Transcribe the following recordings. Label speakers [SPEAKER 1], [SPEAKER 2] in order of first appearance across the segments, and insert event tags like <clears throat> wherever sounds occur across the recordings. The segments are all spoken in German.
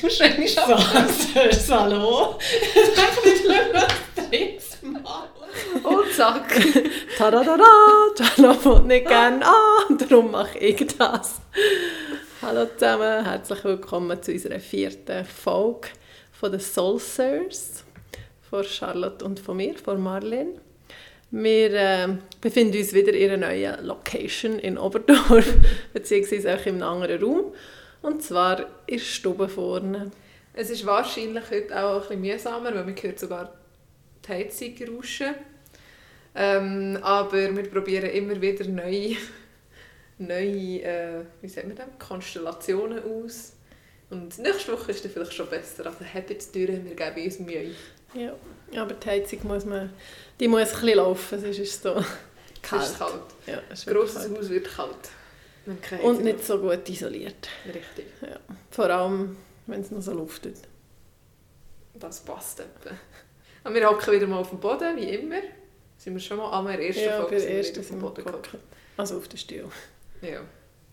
[SPEAKER 1] wahrscheinlich schon.
[SPEAKER 2] So, hallo. Einfach nicht was trinkst,
[SPEAKER 1] Und zack.
[SPEAKER 2] <laughs> Tadadada, Jana will nicht gerne an, darum mache ich das. Hallo zusammen, herzlich willkommen zu unserer vierten Folge von den Soul Sirs von Charlotte und von mir, von Marlene. Wir äh, befinden uns wieder in einer neuen Location in Oberdorf, <laughs> beziehungsweise auch im anderen Raum, und zwar in der Stube vorne.
[SPEAKER 1] Es ist wahrscheinlich heute auch ein bisschen mühsamer, weil man hört sogar die Heizung rauschen. Ähm, aber wir probieren immer wieder neue, neue äh, wie sagt man das, Konstellationen aus. Und nächste Woche ist dann vielleicht schon besser. Also habt die Türen, wir geben uns Mühe.
[SPEAKER 2] Ja, aber die Heizung muss man, die muss ein bisschen laufen, sonst ist es so
[SPEAKER 1] Es ist kalt.
[SPEAKER 2] Ja, es ist
[SPEAKER 1] Das grosses
[SPEAKER 2] wirklich
[SPEAKER 1] Haus wird kalt. Man kann
[SPEAKER 2] kalt. Und
[SPEAKER 1] jetzt
[SPEAKER 2] nicht so gut isoliert.
[SPEAKER 1] noch- Richtig.
[SPEAKER 2] Ja. Vor allem, wenn es noch so luftet.
[SPEAKER 1] Das passt etwa. Und wir hocken wieder mal auf dem Boden, wie immer. Sind wir schon mal an der ersten
[SPEAKER 2] ja, bei
[SPEAKER 1] Folge
[SPEAKER 2] der
[SPEAKER 1] sind wir
[SPEAKER 2] ersten
[SPEAKER 1] wieder auf dem
[SPEAKER 2] sind wir
[SPEAKER 1] Boden gehockt.
[SPEAKER 2] gehockt. Also auf der Stuhl.
[SPEAKER 1] Ja,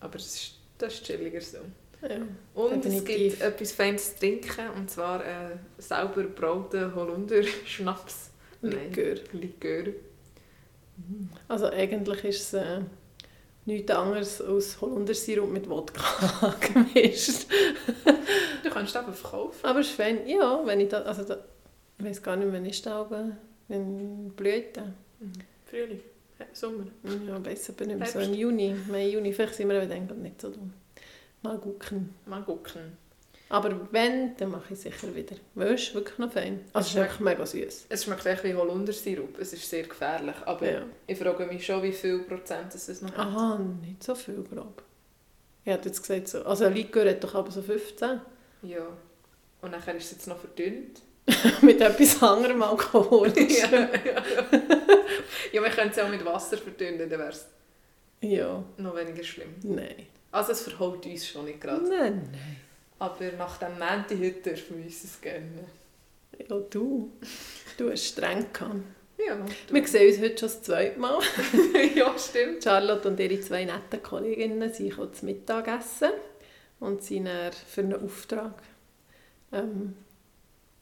[SPEAKER 1] aber das ist, das ist chilliger so.
[SPEAKER 2] Ja.
[SPEAKER 1] Und es
[SPEAKER 2] Definitiv.
[SPEAKER 1] gibt etwas Feines zu trinken, und zwar äh, sauber brauten Holunder-Schnaps. Nein.
[SPEAKER 2] Likör.
[SPEAKER 1] Likör.
[SPEAKER 2] Also eigentlich ist es äh, nichts anderes als Holundersirup mit Wodka <laughs> gemischt.
[SPEAKER 1] Du kannst es einfach kaufen.
[SPEAKER 2] Aber es ist fein, ja, wenn ich da, also da, ich weiß gar nicht, wann ist das oben? Wenn Blüten?
[SPEAKER 1] Frühling, He- Sommer.
[SPEAKER 2] Ja, besser bin ich nicht mehr. so im
[SPEAKER 1] Herbst.
[SPEAKER 2] Juni, Mai, Juni, vielleicht sind wir aber dann gerade nicht so dumm. Mal gucken.
[SPEAKER 1] Mal gucken.
[SPEAKER 2] Aber wenn, dann mache ich sicher wieder. Weil es ist wirklich noch fein. Also es ist wirklich mega süß.
[SPEAKER 1] Es schmeckt echt wie Holundersirup. Es ist sehr gefährlich. Aber
[SPEAKER 2] Ja. Ah.
[SPEAKER 1] ich frage mich schon, wie viel Prozent es es noch hat.
[SPEAKER 2] Aha, nicht so viel, glaube ich. Ich hätte jetzt gesagt, so, also ein Likör hat doch aber so 15.
[SPEAKER 1] Ja. Und nachher ist es jetzt noch verdünnt.
[SPEAKER 2] <laughs> mit etwas anderem Alkoholisch.
[SPEAKER 1] <laughs> ja, ja, wir können es auch mit Wasser verdünnen, dann wäre es
[SPEAKER 2] ja.
[SPEAKER 1] noch weniger schlimm.
[SPEAKER 2] Nein.
[SPEAKER 1] Also es verhaut uns schon nicht gerade.
[SPEAKER 2] Nein, nein.
[SPEAKER 1] Aber nach dem Mänti heute dürfen wir uns es gönnen.
[SPEAKER 2] Ja, du. Du hast streng gehabt.
[SPEAKER 1] Ja,
[SPEAKER 2] Wir sehen uns heute schon das zweite Mal. <laughs>
[SPEAKER 1] <laughs> ja stimmt.
[SPEAKER 2] Charlotte und ihre zwei netten Kolleginnen sie kommen zum Mittagessen und sind dann für einen Auftrag. Ähm,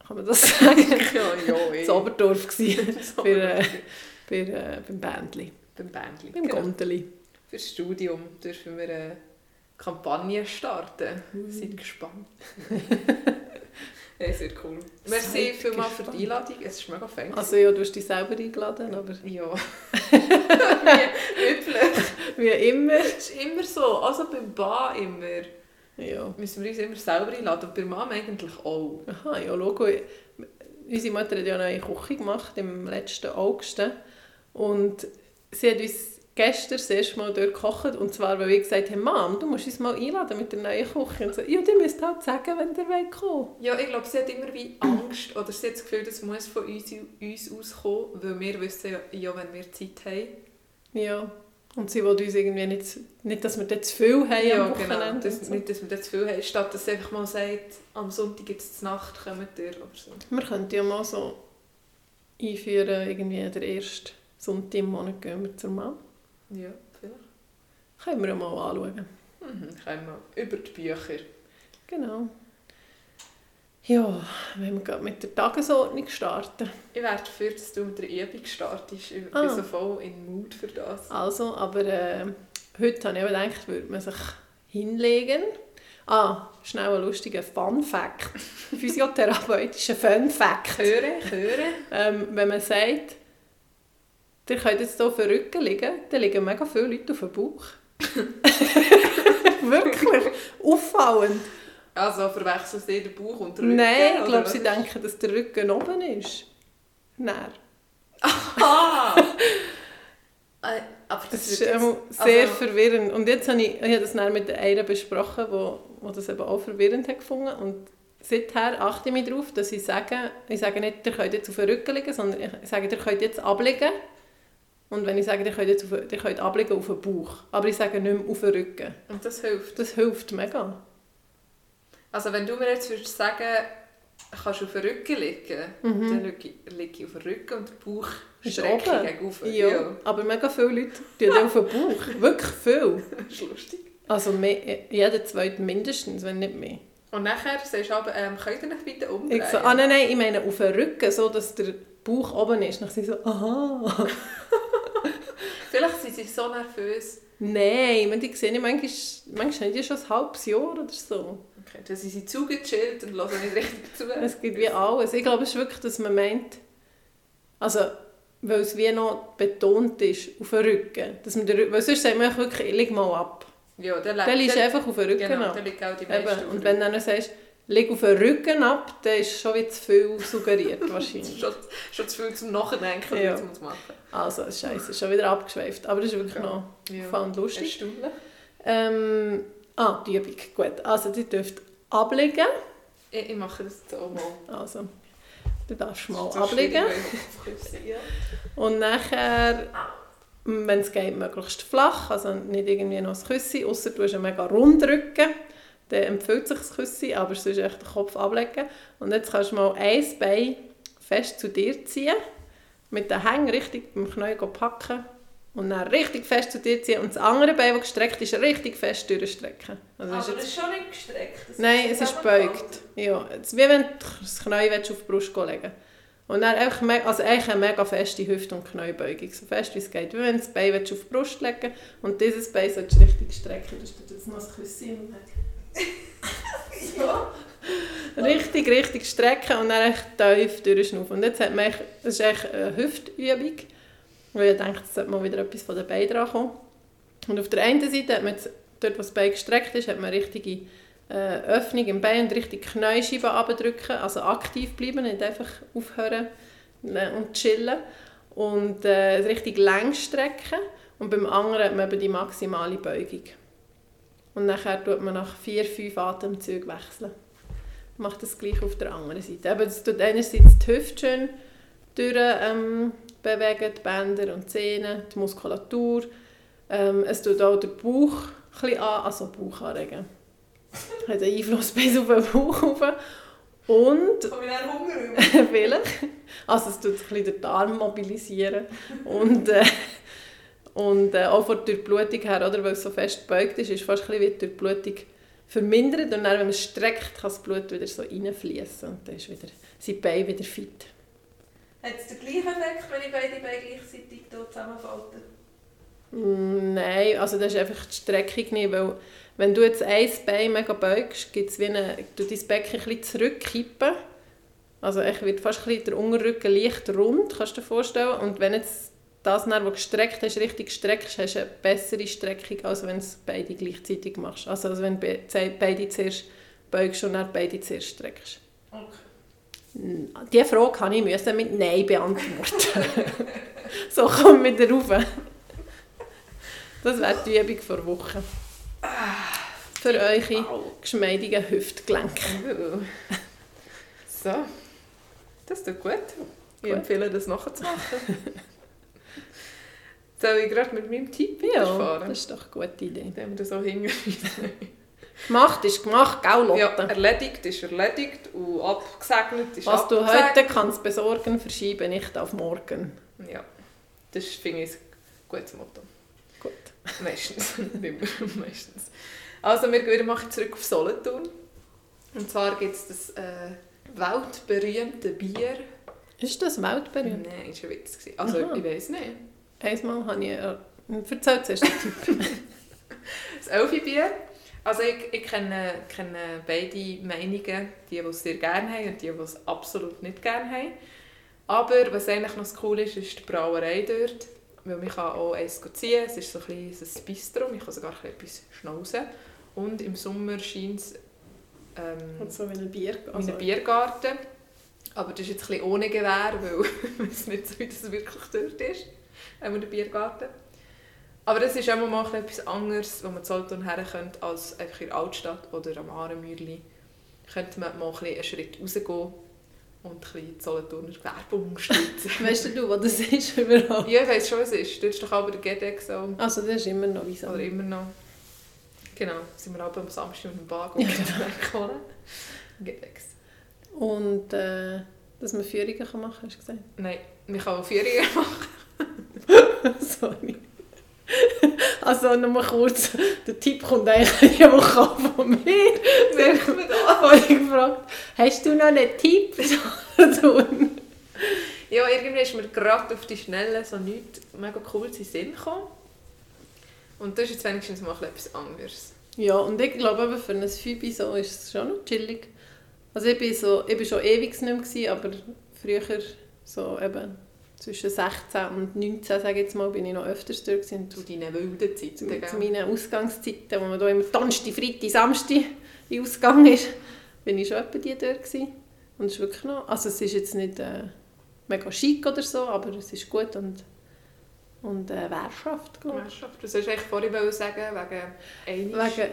[SPEAKER 2] kann man das <laughs> sagen?
[SPEAKER 1] <laughs> ja, ja,
[SPEAKER 2] das
[SPEAKER 1] eh.
[SPEAKER 2] Oberdorf <laughs> gewesen,
[SPEAKER 1] So.
[SPEAKER 2] für, äh, für, äh, beim Bändli,
[SPEAKER 1] Beim Bändchen.
[SPEAKER 2] beim Gondeli.
[SPEAKER 1] Fürs Studium dürfen wir eine Kampagne starten. Seid <laughs> gespannt. ja, sehr cool. Merci
[SPEAKER 2] Seid
[SPEAKER 1] vielmals für
[SPEAKER 2] gespannt.
[SPEAKER 1] die Einladung. Es ist mega fancy.
[SPEAKER 2] Also ja, du hast dich selber eingeladen, aber <laughs>
[SPEAKER 1] ja. Üblich.
[SPEAKER 2] wie immer.
[SPEAKER 1] Es ist immer so. Also beim Bar immer.
[SPEAKER 2] Ja.
[SPEAKER 1] Müssen wir uns immer selber einladen. Und bei Mom eigentlich auch.
[SPEAKER 2] Aha, ja, schau. Unsere Mutter hat ja eine neue Küche gemacht im letzten August. Und sie hat uns gestern das erste Mal dort gekocht. Und zwar, weil wir gesagt haben, Mom, du musst uns mal einladen mit der neuen Küche. Und so, ja, ihr müsst halt sagen, wenn ihr wollt kommen
[SPEAKER 1] Ja, ich glaube, sie hat immer wie Angst oder sie hat das Gefühl, das muss von uns, uns auskommen, weil wir wissen ja, ja, wenn wir Zeit haben,
[SPEAKER 2] Ja. Und sie will uns irgendwie nicht, zu- nicht dass wir dort zu viel haben
[SPEAKER 1] ja,
[SPEAKER 2] am Wochenende.
[SPEAKER 1] genau.
[SPEAKER 2] und
[SPEAKER 1] Das,
[SPEAKER 2] so.
[SPEAKER 1] Nicht, dass wir das zu viel haben, statt dass sie einfach mal sagt, am Sonntag gibt es Nacht, kommt ihr oder so.
[SPEAKER 2] Wir könnten ja mal so einführen, irgendwie der erste Sonntag im Monat gehen wir zur Mom.
[SPEAKER 1] Ja, vielleicht.
[SPEAKER 2] Können wir ja mal anschauen.
[SPEAKER 1] Mhm, können wir. Über die Bücher.
[SPEAKER 2] Genau. Ja, wenn wir gerade mit der Tagesordnung starten.
[SPEAKER 1] Ich wäre dafür, dass du mit der Übung startest. Ich
[SPEAKER 2] Ah.
[SPEAKER 1] bin so voll in Mut für das.
[SPEAKER 2] Also, aber äh, heute habe ich eben gedacht, würde man sich hinlegen. Ah, schnell ein lustiger Fun-Fact. <laughs> Physiotherapeutischer Fun-Fact.
[SPEAKER 1] Hören, hören.
[SPEAKER 2] Ähm, wenn man sagt, ihr könnt jetzt hier auf dem Rücken liegen, dann liegen mega viele Leute auf dem Bauch. <laughs> Wirklich auffallend.
[SPEAKER 1] Also verwechselst du den Bauch und den Rücken?
[SPEAKER 2] Nein, ich
[SPEAKER 1] oder
[SPEAKER 2] glaube,
[SPEAKER 1] was
[SPEAKER 2] sie
[SPEAKER 1] ist-
[SPEAKER 2] denken, dass der Rücken oben ist. Nein.
[SPEAKER 1] Ah!
[SPEAKER 2] <laughs>
[SPEAKER 1] Äh, Aber das,
[SPEAKER 2] Das ist
[SPEAKER 1] wird jetzt-
[SPEAKER 2] ähm, sehr
[SPEAKER 1] also-
[SPEAKER 2] verwirrend. Und jetzt habe ich, ich habe das dann mit einer besprochen, wo, wo das eben auch verwirrend hat gefunden. Und seither achte ich mich darauf, dass ich sage, ich sage nicht, ihr könnt jetzt auf den Rücken liegen, sondern ich sage, ihr könnt jetzt abliegen. Und wenn ich sage, ihr könnt, jetzt auf, den- ihr könnt abliegen auf den Bauch. Aber ich sage nicht mehr auf den Rücken.
[SPEAKER 1] Und das hilft.
[SPEAKER 2] Das hilft mega.
[SPEAKER 1] Also wenn du mir jetzt würdest sagen, kannst du auf den Rücken liegen,
[SPEAKER 2] Mhm.
[SPEAKER 1] dann liege ich- liege ich auf den Rücken und der Bauch
[SPEAKER 2] Ist
[SPEAKER 1] strecke
[SPEAKER 2] oben.
[SPEAKER 1] ich gegenüber.
[SPEAKER 2] Ja, aber mega viele Leute tun dann auf den Bauch. Wirklich viel.
[SPEAKER 1] Das ist lustig.
[SPEAKER 2] Also mehr, jeder zweite mindestens, wenn nicht mehr.
[SPEAKER 1] Und nachher sagst du aber, ähm, könnt ihr euch bitte umdrehen?
[SPEAKER 2] Ich so, ah nein, nein, ich meine auf den Rücken, so dass der Bauch oben ist. Dann sie so, aha. <laughs>
[SPEAKER 1] Vielleicht sind sie so nervös.
[SPEAKER 2] nein, ich meine, die sehe ich manchmal, manchmal haben die schon ein halbes Jahr oder so.
[SPEAKER 1] Okay, dann sind sie zugechillt und hören nicht richtig zu.
[SPEAKER 2] Es gibt wie alles. Ich glaube, es ist wirklich, dass man meint, also, weil es wie noch betont ist, auf den Rücken. Dass man den Rücken weil sonst sagt man ja wirklich, leg mal ab.
[SPEAKER 1] Ja, der
[SPEAKER 2] Dann liegst du einfach auf den Rücken
[SPEAKER 1] Genau,
[SPEAKER 2] ab.
[SPEAKER 1] der liegt auch die meisten
[SPEAKER 2] Eben. Und wenn du dann sagst, leg auf den Rücken ab, dann ist schon wieder zu viel suggeriert
[SPEAKER 1] <laughs>
[SPEAKER 2] wahrscheinlich.
[SPEAKER 1] schon, schon zu viel zum Nachdenken,
[SPEAKER 2] Ja.
[SPEAKER 1] jetzt muss es machen.
[SPEAKER 2] Also, scheiße, schon wieder abgeschweift. Aber das ist wirklich
[SPEAKER 1] Ja.
[SPEAKER 2] noch
[SPEAKER 1] Ja.
[SPEAKER 2] fand lustig.
[SPEAKER 1] Erstaunlich.
[SPEAKER 2] Ähm, ah, die Übung, gut. Also, die dürft ablegen.
[SPEAKER 1] Ich, ich mache das jetzt auch mal.
[SPEAKER 2] Also, du darfst
[SPEAKER 1] Das
[SPEAKER 2] mal
[SPEAKER 1] ist so
[SPEAKER 2] ablegen.
[SPEAKER 1] schwierig, weil-
[SPEAKER 2] Und nachher, wenn es geht, möglichst flach, also nicht irgendwie noch ein Küssi, außer du hast ihn mega rund drücken, dann empfiehlt sich das Küssi, aber sonst echt den Kopf ablegen. Und jetzt kannst du mal ein Bein fest zu dir ziehen, mit den Hängen richtig beim Knie go packen und dann richtig fest zu dir ziehen und das andere Bein, das gestreckt ist, richtig fest durchstrecken. Also ist
[SPEAKER 3] Aber
[SPEAKER 2] jetzt-
[SPEAKER 3] es ist schon nicht gestreckt. das
[SPEAKER 2] Nein, es ist beugt. Ja, es- wie wenn du das Knie willst, auf die Brust legen willst. Und dann einfach, me- also eigentlich eine mega feste Hüfte- und Kniebeugung, so fest wie es geht. Wie wenn du das Bein willst, auf die Brust legen willst und dieses Bein solltest du richtig strecken. Das ist jetzt noch ein Küsschen.
[SPEAKER 3] Ja.
[SPEAKER 2] Richtig, richtig strecken und dann echt tief durchschnaufen. Und jetzt hat man echt, das ist echt eine Hüftübung, weil ich denke, es sollte mal wieder etwas von den Beinen dran kommen. Und auf der einen Seite hat man jetzt, dort, wo das Bein gestreckt ist, hat man eine richtige äh, Öffnung im Bein und richtig Knäuscheibe abdrücken, also aktiv bleiben, nicht einfach aufhören äh, und chillen. Und äh, richtig lang strecken und beim anderen hat man eben die maximale Beugung. Und nachher tut man nach vier, fünf Atemzügen wechseln macht das gleich auf der anderen Seite. Aber es tut einerseits die Hüfte schön durch, ähm, bewegen, die Bänder und die Zähne, die Muskulatur. Ähm, es tut auch den Bauch ein bisschen an, also Bauch anregen. Hat einen Einfluss bis auf den Bauch rauf. Und äh,
[SPEAKER 3] Komme ich dann Hunger über?
[SPEAKER 2] vielleicht, also es tut ein bisschen den Darm mobilisieren und, äh, und äh, auch von der Durchblutung her, oder, weil es so fest gebeugt ist, ist fast ein bisschen wie die Durchblutung vermindert und dann, wenn man es streckt, kann das Blut wieder so reinfließen und dann ist wieder, sind die Beine wieder fit.
[SPEAKER 3] Hat es den gleichen Effekt, wenn ich beide Beine gleichzeitig hier zusammenfalte?
[SPEAKER 2] Mm, Nein, also das ist einfach die Streckung nicht, weil wenn du jetzt ein Bein mega beugst, gibt's wie eine, du dein Becken ein bisschen zurückkippen. Also ich wird fast ein bisschen der Unterrücken leicht rund, kannst du dir vorstellen. Und wenn jetzt das dann, was gestreckt hast, richtig gestreckt hast, hast du eine bessere Streckung, als wenn du es beide gleichzeitig machst. Also als wenn du be- zei- beide zuerst beugst und dann beide zuerst streckst.
[SPEAKER 3] Okay.
[SPEAKER 2] N- Diese Frage kann ich müssen mit Nein beantworten. <laughs> so komm wieder rauf. Das wäre die Übung vor Woche. Für eure <laughs> geschmeidigen Hüftgelenke.
[SPEAKER 1] Wow. So, das tut gut. Ich
[SPEAKER 2] Gut.
[SPEAKER 1] empfehle das nachher zu machen. <laughs> Soll ich gerade mit meinem Tipp
[SPEAKER 2] Ja,
[SPEAKER 1] weiterfahren?
[SPEAKER 2] das ist doch eine gute Idee.
[SPEAKER 1] Indem wir das auch hingewiesen
[SPEAKER 2] Gemacht ist gemacht, gell Lotte?
[SPEAKER 1] Ja, erledigt ist erledigt und abgesegnet ist
[SPEAKER 2] Was du
[SPEAKER 1] abgesegnet.
[SPEAKER 2] heute kannst besorgen, verschiebe nicht auf morgen.
[SPEAKER 1] Ja, das finde ich ein gutes Motto. <laughs>
[SPEAKER 2] Gut.
[SPEAKER 1] Meistens, <laughs> nicht immer, meistens. Also wir gehen machen zurück auf Solothurn. Und zwar gibt es das äh, weltberühmte Bier.
[SPEAKER 2] Ist das weltberühmt?
[SPEAKER 1] Nein, ist ein Witz. gewesen. Also
[SPEAKER 2] Aha.
[SPEAKER 1] ich weiß nicht.
[SPEAKER 2] Einmal habe ich... Äh, erzähl zuerst den Typ.
[SPEAKER 1] Das Elfi-Bier. Also ich, ich kenne, kenne beide Meinungen, die, die es sehr gerne haben und die, die es absolut nicht gerne haben. Aber was eigentlich noch das Coole ist, ist die Brauerei dort. Weil man kann auch eins ziehen, es ist so ein kleines Bistro, man kann sogar ein bisschen etwas schnauzen. Und im Sommer scheint es ähm,
[SPEAKER 2] Und so wie ein Bier. Also,
[SPEAKER 1] in einem Also, Biergarten. Aber das ist jetzt ein bisschen ohne Gewehr, weil <laughs> man es nicht so wie das wirklich dort ist, wenn man den Biergarten. Aber das ist immer mal ein bisschen etwas anderes, wo man zu Solothurn her könnte, als einfach in der Altstadt oder am Ahrenmürli. Könnte man mal ein bisschen einen Schritt rausgehen und ein bisschen die Solothurner Werbung unterstützen.
[SPEAKER 2] <laughs> Weißt du, was das ist überhaupt?
[SPEAKER 1] ja, ich weiss schon, was es ist. Dort ist doch aber der Gedex auch.
[SPEAKER 2] Also das ist immer noch wie so.
[SPEAKER 1] Oder immer noch. Genau, sind wir abends am Samstag mit dem Bar und genau. Gedex.
[SPEAKER 2] Und äh, dass man Führungen kann machen kann, hast du
[SPEAKER 1] Nein, wir um können auch Ferien machen.
[SPEAKER 2] gesagt? <laughs> Sorry. Also nochmal kurz, der Tipp kommt eigentlich <laughs> jemand von mir.
[SPEAKER 1] Merkt man das?
[SPEAKER 2] habe ich gefragt, hast du noch einen Tipp? <laughs> So,
[SPEAKER 1] Ja, irgendwie ist mir gerade auf die Schnelle so nichts mega cool in den Sinn gekommen. Und das ist jetzt wenigstens mal etwas anderes.
[SPEAKER 2] ja, und ich glaube, eben für ein Phoebe so ist es schon noch chillig. Also ich bin, so, ich bin schon ewig nicht mehr, gewesen, aber früher, so eben zwischen 16 und 19, sage ich jetzt mal, bin ich noch öfters dort gewesen. und
[SPEAKER 1] Zu deinen wilden Zeiten,
[SPEAKER 2] zu, zu
[SPEAKER 1] gell?
[SPEAKER 2] meinen Ausgangszeiten, wo man da immer Donnerstag, Freitag, Samstag in Ausgang ist, bin ich schon etwa die dort gewesen. Und es ist wirklich noch, also es ist jetzt nicht äh, mega schick oder so, aber es ist gut und, und äh, Wehrschaft, glaube ich.
[SPEAKER 1] Gemeinschaft. Das hast du eigentlich vorhin sagen, wegen einiges.
[SPEAKER 2] Wegen,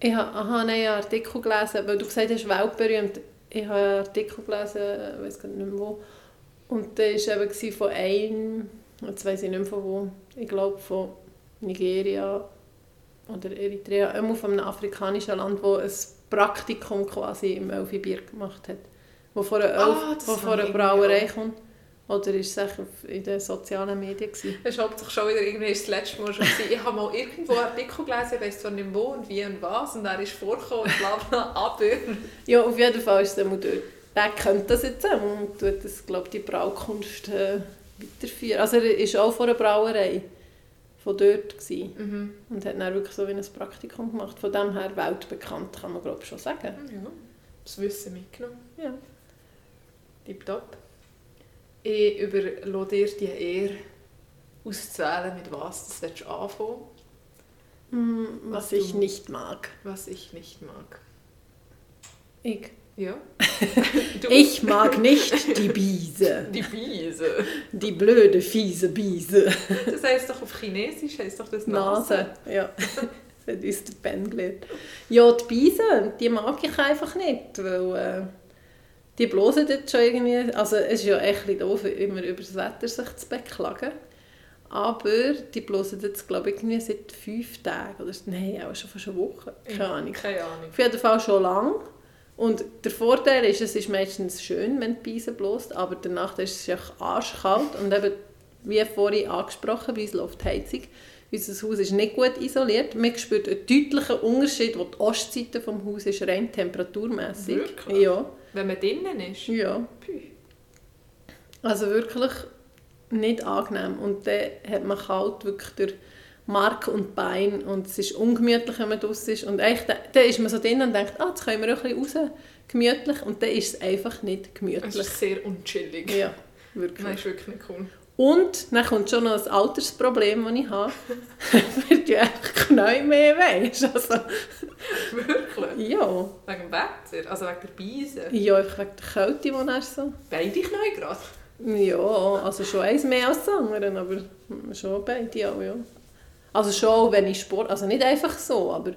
[SPEAKER 2] ich habe aha, nein, ich habe einen Artikel gelesen, weil du gesagt hast, weltberühmt. Ich habe einen Artikel gelesen, ich weiß gar nicht mehr wo. Und der war eben gewesen von einem, jetzt weiß ich nicht mehr von wo, ich glaube von Nigeria oder Eritrea, immer von einem afrikanischen Land, wo ein Praktikum quasi im Elfenbier gemacht hat. Wo von einer, Elf,
[SPEAKER 1] Ah, das
[SPEAKER 2] wo von
[SPEAKER 1] habe
[SPEAKER 2] einer
[SPEAKER 1] ich
[SPEAKER 2] Brauerei kommt. Oder ist es echt auf- in den sozialen Medien? Gewesen?
[SPEAKER 1] Es war hauptsächlich schon wieder irgendwie das letzte Mal schon. gewesen. Ich habe mal irgendwo einen Artikel gelesen, ich weiss zwar nicht wo und wie und was, und er ist vorgekommen und bla bla, aber...
[SPEAKER 2] Ja, auf jeden Fall ist der Modell. Der kennt das jetzt auch und tut das, glaube die Braukunst äh, weiterführen. Also er ist auch von einer Brauerei von dort gewesen
[SPEAKER 1] Mhm.
[SPEAKER 2] und hat dann wirklich so wie ein Praktikum gemacht. Von dem her weltbekannt, kann man glaube ich schon sagen.
[SPEAKER 1] Ja, das Wissen mitgenommen.
[SPEAKER 2] Ja.
[SPEAKER 1] Tipptopp. Ich überlasse dir die Ehre, auszuwählen, mit was das willst du anfangen
[SPEAKER 2] Hm, was
[SPEAKER 1] Ach du.
[SPEAKER 2] ich nicht mag.
[SPEAKER 1] was ich nicht mag.
[SPEAKER 2] Ich, <laughs>
[SPEAKER 1] Ja? Du-
[SPEAKER 2] ich
[SPEAKER 1] <laughs>
[SPEAKER 2] mag nicht die Biese.
[SPEAKER 1] Die Biese.
[SPEAKER 2] Die blöde, fiese Biese.
[SPEAKER 1] Das heisst doch auf Chinesisch, heisst doch das Nase.
[SPEAKER 2] Nase. Ja. <laughs> Das hat uns der Ben gelernt. Ja, die Beisen, die mag ich einfach nicht, weil äh, die bloßen dort schon irgendwie, also es ist ja echt ein bisschen doof, immer über das Wetter sich zu beklagen, aber die bloßen jetzt, glaube ich, irgendwie seit fünf Tagen oder nein, auch schon fast eine Woche, keine Ahnung.
[SPEAKER 1] Keine Ahnung.
[SPEAKER 2] Auf jeden Fall schon lang. Und der Vorteil ist, es ist meistens schön, wenn die Beise bloßt, aber danach ist es einfach arschkalt und eben, wie vorhin angesprochen, bei uns läuft die Heizung. Unser Haus ist nicht gut isoliert. Man spürt einen deutlichen Unterschied, wo die Ostseite vom Haus ist, rein temperaturmässig.
[SPEAKER 1] Wirklich?
[SPEAKER 2] Ja.
[SPEAKER 1] Wenn man drinnen ist.
[SPEAKER 2] ja.
[SPEAKER 1] Pui.
[SPEAKER 2] Also wirklich nicht angenehm. Und dann hat man kalt wirklich durch Mark und Bein und es ist ungemütlich, wenn man draussen ist. Und echt, dann dann ist man so drin und denkt, ah, jetzt können wir ein bisschen raus, gemütlich. Und dann ist es einfach nicht
[SPEAKER 1] Es
[SPEAKER 2] gemütlich.
[SPEAKER 1] ist sehr unchillig.
[SPEAKER 2] Ja, wirklich.
[SPEAKER 1] Nein, ist wirklich nicht cool. <laughs>
[SPEAKER 2] Und dann kommt schon noch ein Altersproblem, das ich habe. <laughs> Wird ja einfach Knie mehr weisst also,
[SPEAKER 1] Wirklich.
[SPEAKER 2] ja.
[SPEAKER 1] Wegen dem Wetter, also wegen der Beise.
[SPEAKER 2] Ja, einfach wegen der Kälte, die dann so...
[SPEAKER 1] Beide Knie gerade.
[SPEAKER 2] Ja, also schon eins mehr als das andere, aber schon beide auch, ja. Also schon, auch, wenn ich Sport, also nicht einfach so, aber